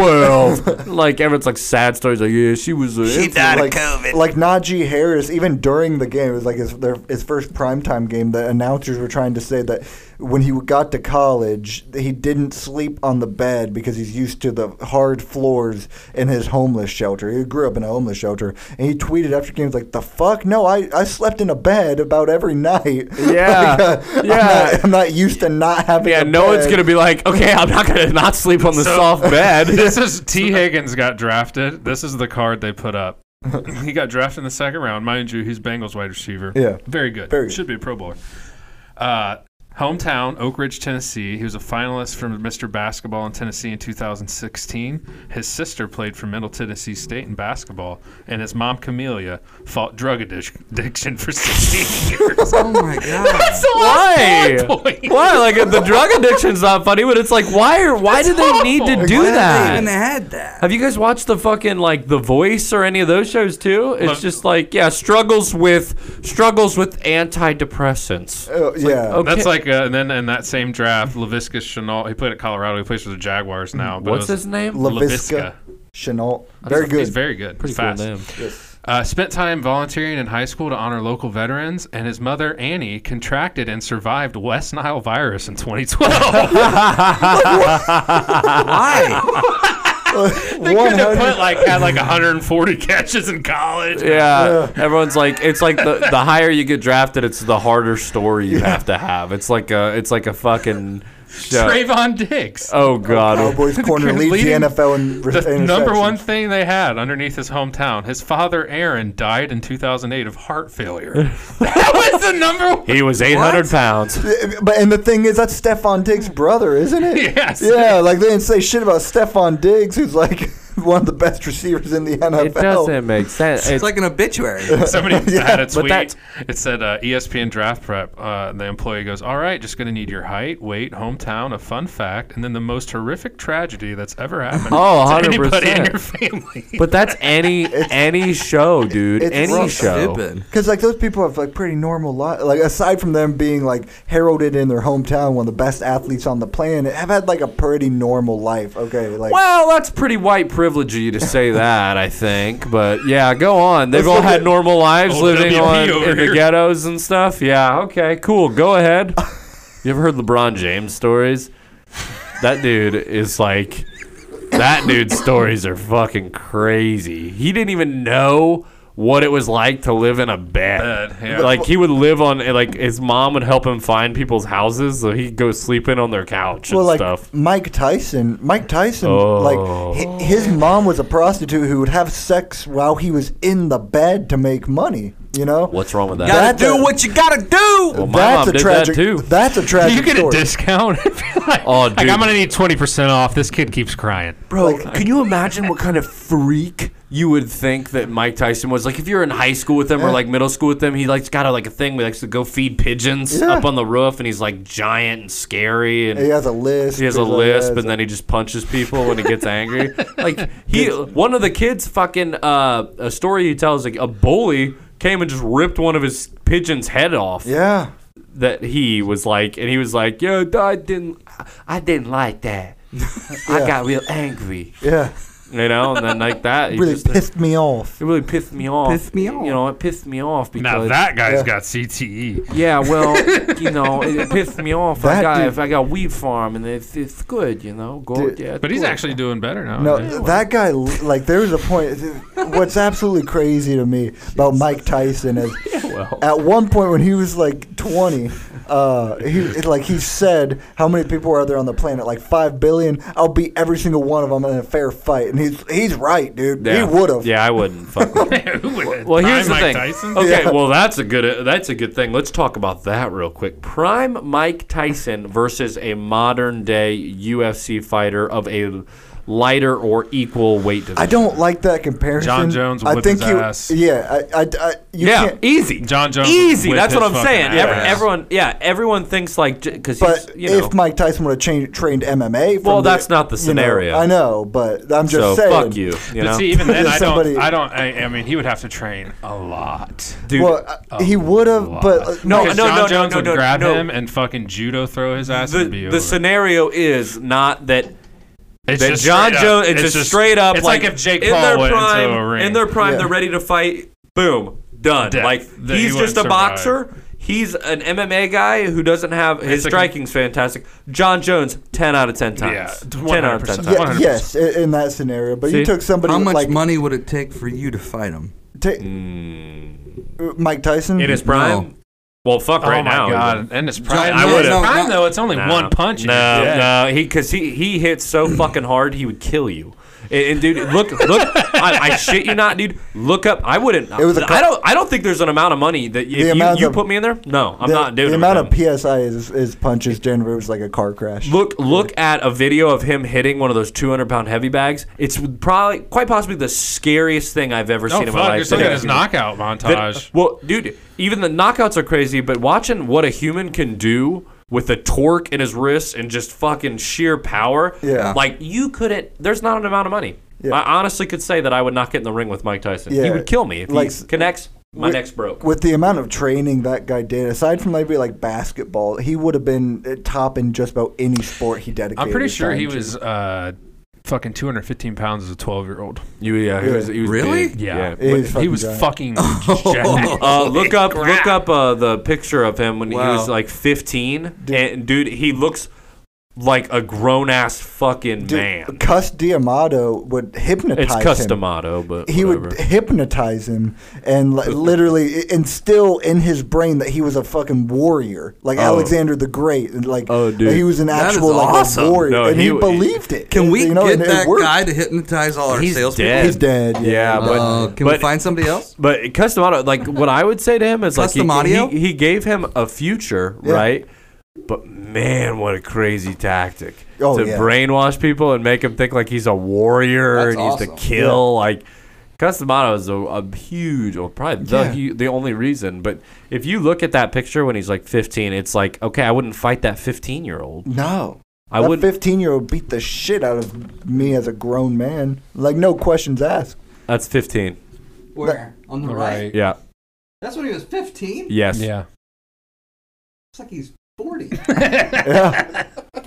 S11: 112. like everyone's like sad stories. Like yeah, she was. A
S7: It's like, Like Najee Harris, even during the game, it was like his their, his first primetime game. The announcers were trying to say that when he got to college, he didn't sleep on the bed because he's used to the hard floors in his homeless shelter. He grew up in a homeless shelter, and he tweeted after games like, "The fuck? No, I, I slept in a bed about every night.
S11: Yeah.
S7: Like, uh, I'm
S11: Yeah.
S7: not, I'm not used to not having.
S11: Yeah,
S7: a
S11: no one's
S7: bed.
S11: gonna be like, okay, I'm not gonna not sleep on the
S8: So-
S11: soft bed.
S8: this is T. Higgins got drafted. This is the card they put up. he got drafted in the second round, mind you. He's Bengals wide receiver.
S7: Yeah.
S8: very good. Should be a Pro Bowler. Uh, hometown, Oak Ridge, Tennessee. He was a finalist for Mr. Basketball in Tennessee in 2016. His sister played for Middle Tennessee State in basketball, and his mom Camelia fought drug addic- addiction for 16 years.
S6: oh my god!
S11: That's a why?
S8: plot point.
S11: Why? Like the drug addiction's not funny, but it's like, why? Are, why
S6: That's
S11: do they need
S6: awful.
S11: to do
S6: Why did they
S11: that?
S6: even add that?
S11: Have you guys watched the fucking like The Voice or any of those shows too? It's
S8: Look-
S11: just like yeah, struggles with struggles with antidepressants.
S7: Oh,
S8: It's like-
S7: yeah,
S8: that's like. Uh, and then in that same draft, Lavisca Chenault. He played at Colorado. He plays for the Jaguars now. but it
S11: What's
S8: was-
S11: his name?
S7: Laviska Chenault. Very good.
S8: He's very good.
S11: Pretty
S8: Pretty
S11: cool
S8: fast.
S11: name.
S8: Uh, spent time volunteering in high school to honor local veterans, and his mother Annie contracted and survived West Nile virus in 2012. they could have put like had like 140 catches in college.
S11: Yeah, everyone's like, it's like the, the higher you get drafted, it's the harder story you have to have. It's like a it's like a fucking show.
S8: Trayvon Diggs.
S11: Oh god,
S7: Cowboys corner leads
S8: Leading
S7: the NFL in re-
S8: The
S7: interceptions.
S8: number one thing they had underneath his hometown, his father Aaron died in 2008 of heart failure. that was the number one.
S11: he was 800 pounds.
S7: But and the thing is, that's Stefan Diggs' brother, isn't it?
S8: Yes.
S7: Yeah, like they didn't say shit about Stefan Diggs, who's like one of the best receivers in the NFL.
S5: It doesn't make sense.
S6: It's, like an obituary.
S8: Somebody had a
S5: but
S8: tweet.
S5: that's-
S8: It said uh, ESPN draft prep. Uh, the employee goes, "All right, just going to need your height, weight, hometown, a fun fact, and then the most horrific tragedy that's ever happened
S5: Oh,
S8: to
S5: 100%.
S8: anybody in your family."
S5: But that's any any show, dude. any show.
S7: Because like those people have like pretty normal life. Like aside from them being like heralded in their hometown, one of the best athletes on the planet, have had like a pretty normal life. Okay, like
S11: Well, that's pretty white privilege of you to say that, I think. But yeah, go on. They've
S5: Let's
S11: all
S5: look
S11: had
S5: at-
S11: normal lives
S5: Old
S11: living
S5: WP
S11: on
S5: over
S11: in
S5: here.
S11: the ghettos and stuff. Yeah, okay, cool. Go ahead. You ever heard LeBron James stories? That dude is like that dude's stories are fucking crazy. He didn't even know what it was like to live in a bed.
S8: Bed, yeah.
S11: Like he would live on like his mom would help him find people's houses, so he'd go sleep in on their couch
S7: well,
S11: and
S7: like
S11: stuff.
S7: Mike Tyson. Mike Tyson,
S11: Oh.
S7: like hi- his mom was a prostitute who would have sex while he was in the bed to make money. You know,
S11: What's wrong with that?
S7: Gotta That's do a-
S6: what you gotta do.
S11: Well, my mom did that
S7: tragic.
S11: too.
S7: That's a tragic.
S15: You get a
S7: story.
S15: discount. if you like,
S11: oh, dude.
S15: like I'm gonna need twenty percent off. This kid keeps crying.
S11: Bro, can you imagine what kind of freak you would think that Mike Tyson was? Like, if you're in high school with him or
S15: Yeah.
S11: like middle school with him, he likes got a, like a thing. We likes to go feed pigeons
S7: Yeah.
S11: up on the roof, and he's like giant and scary, and
S7: He has a lisp.
S11: He has a
S7: He's like,
S11: lisp,
S7: yeah,
S11: and then he just punches people when he gets angry. Like he, one of the kids, fucking uh, a story he tells, like a bully came and just ripped one of his pigeon's head off.
S7: Yeah.
S11: That he was like, and he was like, "Yo, I didn't, I didn't like that. I got real angry."
S7: Yeah.
S11: You know, and then like that, he
S7: really
S11: just,
S7: pissed me off.
S11: it really pissed me off.
S7: Pissed me
S11: You know, it pissed me off because
S15: Now that guy's
S11: Yeah.
S15: got
S8: E.
S15: CTE.
S11: Yeah, well, you know, it pissed me off. I
S15: That
S11: got
S15: dude-
S11: if I got weed farm, and it's it's good, you know, good.
S7: Dude.
S11: Yeah, it's
S8: But he's
S11: good.
S8: actually doing better now.
S7: No,
S8: isn't he?
S7: that guy, like, there was a point. What's absolutely crazy to me about Mike Tyson is at one point when he was like 20, uh, he like he said, "How many people are there on the planet? Like five billion. I'll beat every single one of them in a fair fight." And he's he's right, dude. He
S11: Yeah.
S7: would have.
S11: Yeah, I wouldn't. Fuck. well,
S15: Prime
S11: here's the
S15: Mike
S11: thing.
S15: Tyson?
S11: Okay,
S15: Yeah.
S11: well that's a good that's a good thing. Let's talk about that real quick. Prime Mike Tyson versus a modern day UFC fighter of a lighter or equal weight division.
S7: I don't like that comparison.
S11: John Jones would
S7: I
S11: whip
S7: think
S11: his
S7: you.
S11: ass.
S7: Yeah, I, I, I you
S11: yeah,
S7: can't.
S11: easy.
S8: John Jones would
S11: Easy.
S8: whip
S11: That's what
S8: his
S11: I'm
S8: fucking
S11: saying. Ev-
S8: ass.
S11: everyone, yeah, everyone thinks like because he's
S7: But
S11: you know.
S7: if Mike Tyson would have changed, trained MMA, from
S11: Well, that's not the
S7: you know,
S11: scenario.
S7: I know, but I'm just
S11: So,
S7: saying.
S11: fuck you, you
S8: But see, even then, I don't. I don't. I, I mean, he would have to train a
S11: Oh,
S8: lot,
S11: Dude,
S7: well, uh, he would have, but uh,
S11: No,
S8: Because John
S11: no, no, no,
S8: Jones
S11: no,
S8: would
S11: no,
S8: grab
S11: no.
S8: him and fucking judo throw his ass.
S11: the,
S8: and be
S11: the
S8: over.
S11: scenario is not that.
S8: It's
S11: that
S8: just
S11: John
S8: straight up.
S11: Jones, it's,
S8: It's
S11: just,
S8: just-
S11: straight up.
S8: it's
S11: like,
S8: like if Jake
S11: in
S8: Paul
S11: their
S8: went into a
S11: prime,
S8: ring.
S11: in their prime,
S8: Yeah.
S11: they're ready to fight. Boom, done.
S8: Death.
S11: Like
S8: That
S11: he's
S8: he
S11: just a
S8: wouldn't survive.
S11: boxer. He's an MMA guy who doesn't have his
S8: It's like-
S11: striking's fantastic. John Jones, ten out of ten
S8: Yeah,
S11: times. ten out of ten
S8: 100%.
S11: times.
S7: Ye- yes, i- in that scenario. But you took somebody
S6: How much
S7: like
S6: money would it take for you to fight him?
S7: ta-
S11: Hmm.
S7: uh, Mike Tyson
S11: In his prime? Well, fuck
S8: Oh
S11: right
S8: my
S11: now.
S8: God. And it's prime.
S11: I
S8: No,
S11: would
S8: no, Prime, no. though, it's only one punch and
S11: No,
S8: you're dead.
S11: no, he because he he hits so fucking hard he would kill you. And, and dude, look, look, I, I shit you not, dude. Look up. I wouldn't.
S7: It was a
S11: I don't. I don't think there's an amount of money that
S7: The
S11: if you,
S7: amount
S11: you
S7: of-
S11: put me in there. No, I'm
S7: the,
S11: not doing
S7: The
S11: it.
S7: amount of psi is, is punches generated was like a car crash.
S11: Look, look at a video of him hitting one of those 200 pound heavy bags. It's probably, quite possibly, the scariest thing I've ever
S8: Oh,
S11: seen in my
S8: fuck,
S11: life.
S8: you're still
S11: That-
S8: at his knockout montage.
S11: well, dude, even the knockouts are crazy. But watching what a human can do with the torque in his wrists and just fucking sheer power,
S7: Yeah.
S11: like you couldn't. There's not an amount of money. I honestly could say that I would not get in the ring with Mike Tyson. He
S7: Yeah.
S11: would kill me if
S7: Like-
S11: he connects. My
S7: with-
S11: neck's broke.
S7: With the amount of training that guy did, aside from maybe like basketball, he would have been uh, top in just about any sport he dedicated.
S8: uh, I'm pretty
S7: his
S8: sure
S7: time
S8: he
S7: to.
S8: was uh, fucking 215 pounds as a 12 year old.
S11: You, yeah, he was- he was Really? big.
S8: Yeah.
S11: Yeah.
S8: But
S11: He was
S8: He
S11: fucking
S8: was
S11: giant.
S8: fucking. Oh jacked.
S11: uh, look up, look up uh, the picture of him when he was like 15, and dude, he looks like a grown ass fucking
S7: Dude,
S11: man.
S7: Cus D'Amato would hypnotize
S11: It's
S7: him.
S11: Custamato, but
S7: he
S11: whatever.
S7: would hypnotize him and like, literally i- instill in his brain that he was a fucking warrior, like
S11: Oh.
S7: Alexander the Great, and like
S11: Oh,
S7: that
S11: dude.
S7: he was an
S11: That is
S7: actual like a
S11: awesome.
S7: warrior,
S11: No,
S7: and
S11: he
S7: he,
S11: w-
S7: believed it.
S6: Can we
S7: you know,
S6: get
S7: and it
S6: that
S7: worked.
S6: guy to hypnotize all our
S11: He's
S6: salespeople?
S11: dead.
S7: He's dead. Yeah,
S11: Yeah, but
S6: Uh, can we
S11: but,
S6: find somebody else?
S11: But Custom Auto, like what I would say to him is like he,
S6: Custom Audio?
S11: he, he gave him a future,
S6: Yeah.
S11: right? But man, what a crazy tactic Oh, to yeah. brainwash people and make them think like he's a warrior That's and he's awesome. to kill. Like Customato is a, a huge, or probably the
S5: Yeah.
S11: hu- the only reason. But if you look at that picture when he's like 15, it's like okay, I wouldn't fight that 15 year old.
S7: No.
S11: I
S7: that
S11: would.
S7: 15 year old beat the shit out of me as a grown man. Like, no questions asked.
S11: That's 15.
S16: Where? On the right.
S11: Yeah.
S16: That's when he was 15?
S11: Yes.
S16: It's like he's 40.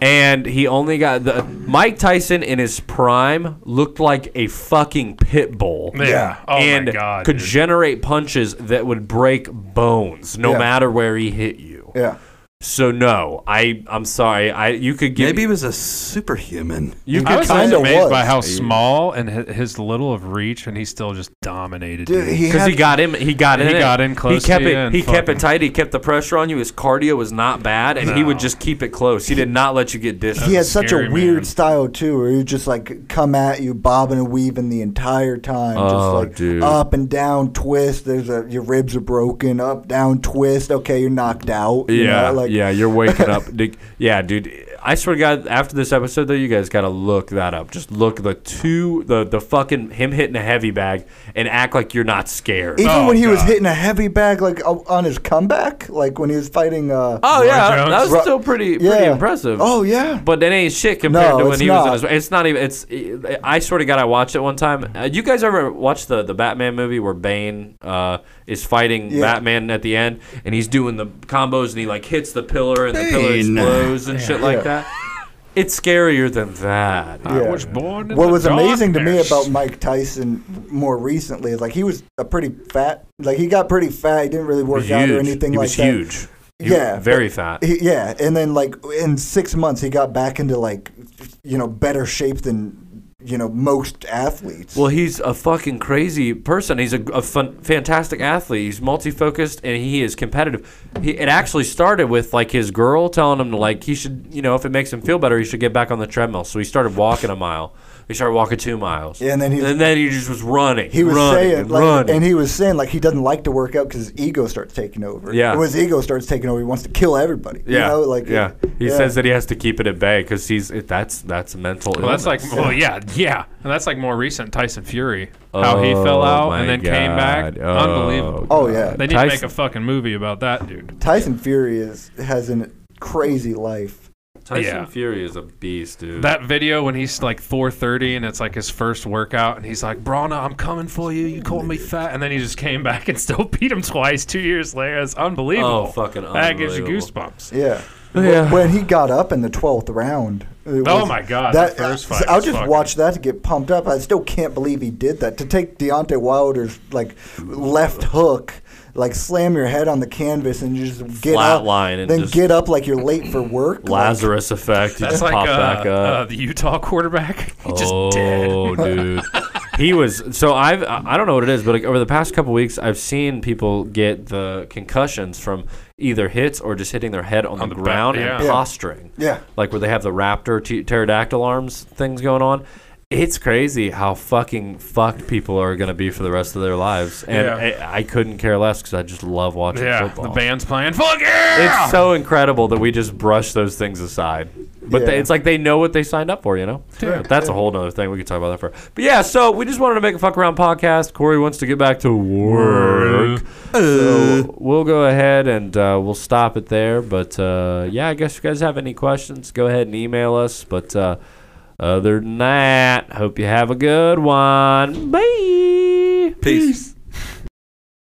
S11: And he only got the Mike Tyson in his prime looked like a fucking pit bull.
S8: Yeah. Oh my
S11: and
S8: God,
S11: could
S8: dude.
S11: generate punches that would break bones no
S8: Yeah.
S11: matter where he hit you.
S7: Yeah.
S11: So no, I I'm sorry. I you could give
S6: Maybe he was a superhuman.
S11: You
S8: I
S11: could
S8: was
S11: kinda
S8: amazed
S11: was.
S8: by how
S11: Yeah.
S8: small and hi- his little of reach, and he still just dominated.
S11: Because
S8: dude.
S11: he, got in, he got in,
S8: He
S11: it.
S8: got in close.
S11: He kept
S8: to
S11: it.
S8: you and
S11: he kept it
S8: fucking-
S11: tight. He kept the pressure on you. His cardio was not bad, and he would
S8: No.
S11: just keep it close. He did not let you get distant.
S7: he had such a weird style, too, where he would just like come at you, bobbing and weaving the entire time.
S11: Oh,
S7: just like
S11: dude.
S7: up and down, twist. There's a, your ribs are broken, up, down, twist. Okay, you're knocked out. you
S11: Yeah,
S7: know, like,
S11: yeah, you're waking up. Dig- Yeah, dude. I swear to God, after this episode, though, you guys gotta look that up. Just look the two, the the fucking him hitting a heavy bag and act like you're not scared.
S7: Even when he was hitting a heavy bag, like o- on his comeback, like when he was fighting. Uh,
S11: Oh yeah, that was
S7: Ro-
S11: still pretty pretty
S7: Yeah.
S11: impressive.
S7: Oh yeah,
S11: but that ain't shit compared
S7: No,
S11: to when
S7: it's
S11: he
S7: not.
S11: was in his. It's not even. It's. I swear to God, I watched it one time. Uh, you guys ever watch the the Batman movie where Bane uh, is fighting
S5: Yeah.
S11: Batman at the end, and he's doing the combos, and he like hits the pillar, and the pillar
S5: Bane.
S11: explodes and
S5: Yeah.
S11: shit like
S5: Yeah.
S11: that. It's scarier than that.
S7: Yeah. what was amazing to me about Mike Tyson more recently is like he was a pretty fat, like he got pretty fat. He didn't really work
S11: was
S7: out or
S11: huge.
S7: anything
S11: He
S7: like
S11: was
S7: that.
S11: huge. He was
S7: yeah,
S11: very
S7: but
S11: fat.
S7: He, yeah, and then like in six months he got back into like you know better shape than you know most athletes.
S11: Well, he's a fucking crazy person. He's a, a fun, fantastic athlete. He's multi-focused and he is competitive. He, it actually started with like his girl telling him to like he should, you know, if it makes him feel better, he should get back on the treadmill. So he started walking a mile. He started walking two miles.
S7: Yeah, and then he-
S11: and then he just was running.
S7: He was
S11: running,
S7: saying,
S11: and
S7: like,
S11: running.
S7: and he was saying, like, he doesn't like to work out because his ego starts taking over.
S11: Yeah.
S7: when his ego starts taking over, he wants to kill everybody.
S11: yeah,
S7: you know? like
S11: yeah. He
S7: yeah.
S11: says that he has to keep it at bay because he's it, that's that's mental.
S8: Well, that's like,
S11: illness.
S8: well, yeah, yeah, and that's like more recent Tyson Fury, how he fell
S11: Oh,
S8: out
S11: my
S8: and then came back,
S11: God.
S8: unbelievable.
S11: Oh, God.
S8: they need to make
S11: Tyson-
S8: a fucking movie about that dude.
S7: Tyson Fury is has a crazy life.
S11: Tyson
S8: Yeah.
S11: Fury is a beast, dude.
S8: That video when he's like 4:30 and it's like his first workout and he's like, "Brona, I'm coming for you. You called me fat," and then he just came back and still beat him twice two years later. It's unbelievable.
S11: Oh, fucking
S8: That gives you
S11: unbelievable.
S8: goosebumps.
S7: Yeah.
S11: Yeah.
S7: When he got up in the twelfth round. it
S8: Oh my God, the first fight
S7: I'll
S8: was
S7: just
S8: fucking-
S7: watch that to get pumped up. I still can't believe he did that. To take Deontay Wilder's like left hook, like slam your head on the canvas and you just get up,
S11: Flatline and
S7: then
S11: just-
S7: get up like you're late for work.
S11: Lazarus effect. He
S8: That's
S11: just
S8: like
S11: popped
S8: uh,
S11: back up.
S8: uh, the Utah quarterback. He just
S11: oh, dude. He was so I've I I don't know what it is, but like over the past couple weeks, I've seen people get the concussions from either hits or just hitting their head on, the,
S8: the back,
S11: ground
S8: yeah.
S11: and
S8: Yeah.
S11: posturing.
S7: Yeah.
S11: like where they have the raptor t- pterodactyl arms things going on. It's crazy how fucking fucked people are going to be for the rest of their lives, and
S8: Yeah.
S11: I, I couldn't care less because I just love watching
S8: Yeah,
S11: football.
S8: the band's playing. Fuck yeah!
S11: It's so incredible that we just brush those things aside. But they,
S8: Yeah.
S11: it's like they know what they signed up for, you know?
S8: Yeah.
S11: That's a whole nother thing. We could talk about that for. But yeah, so we just wanted to make a fuck around podcast. Corey wants to get back to work.
S8: Uh.
S11: So we'll go ahead and uh, we'll stop it there. But uh, yeah, I guess if you guys have any questions, go ahead and email us. But uh, other than that, hope you have a good one. Bye. Peace.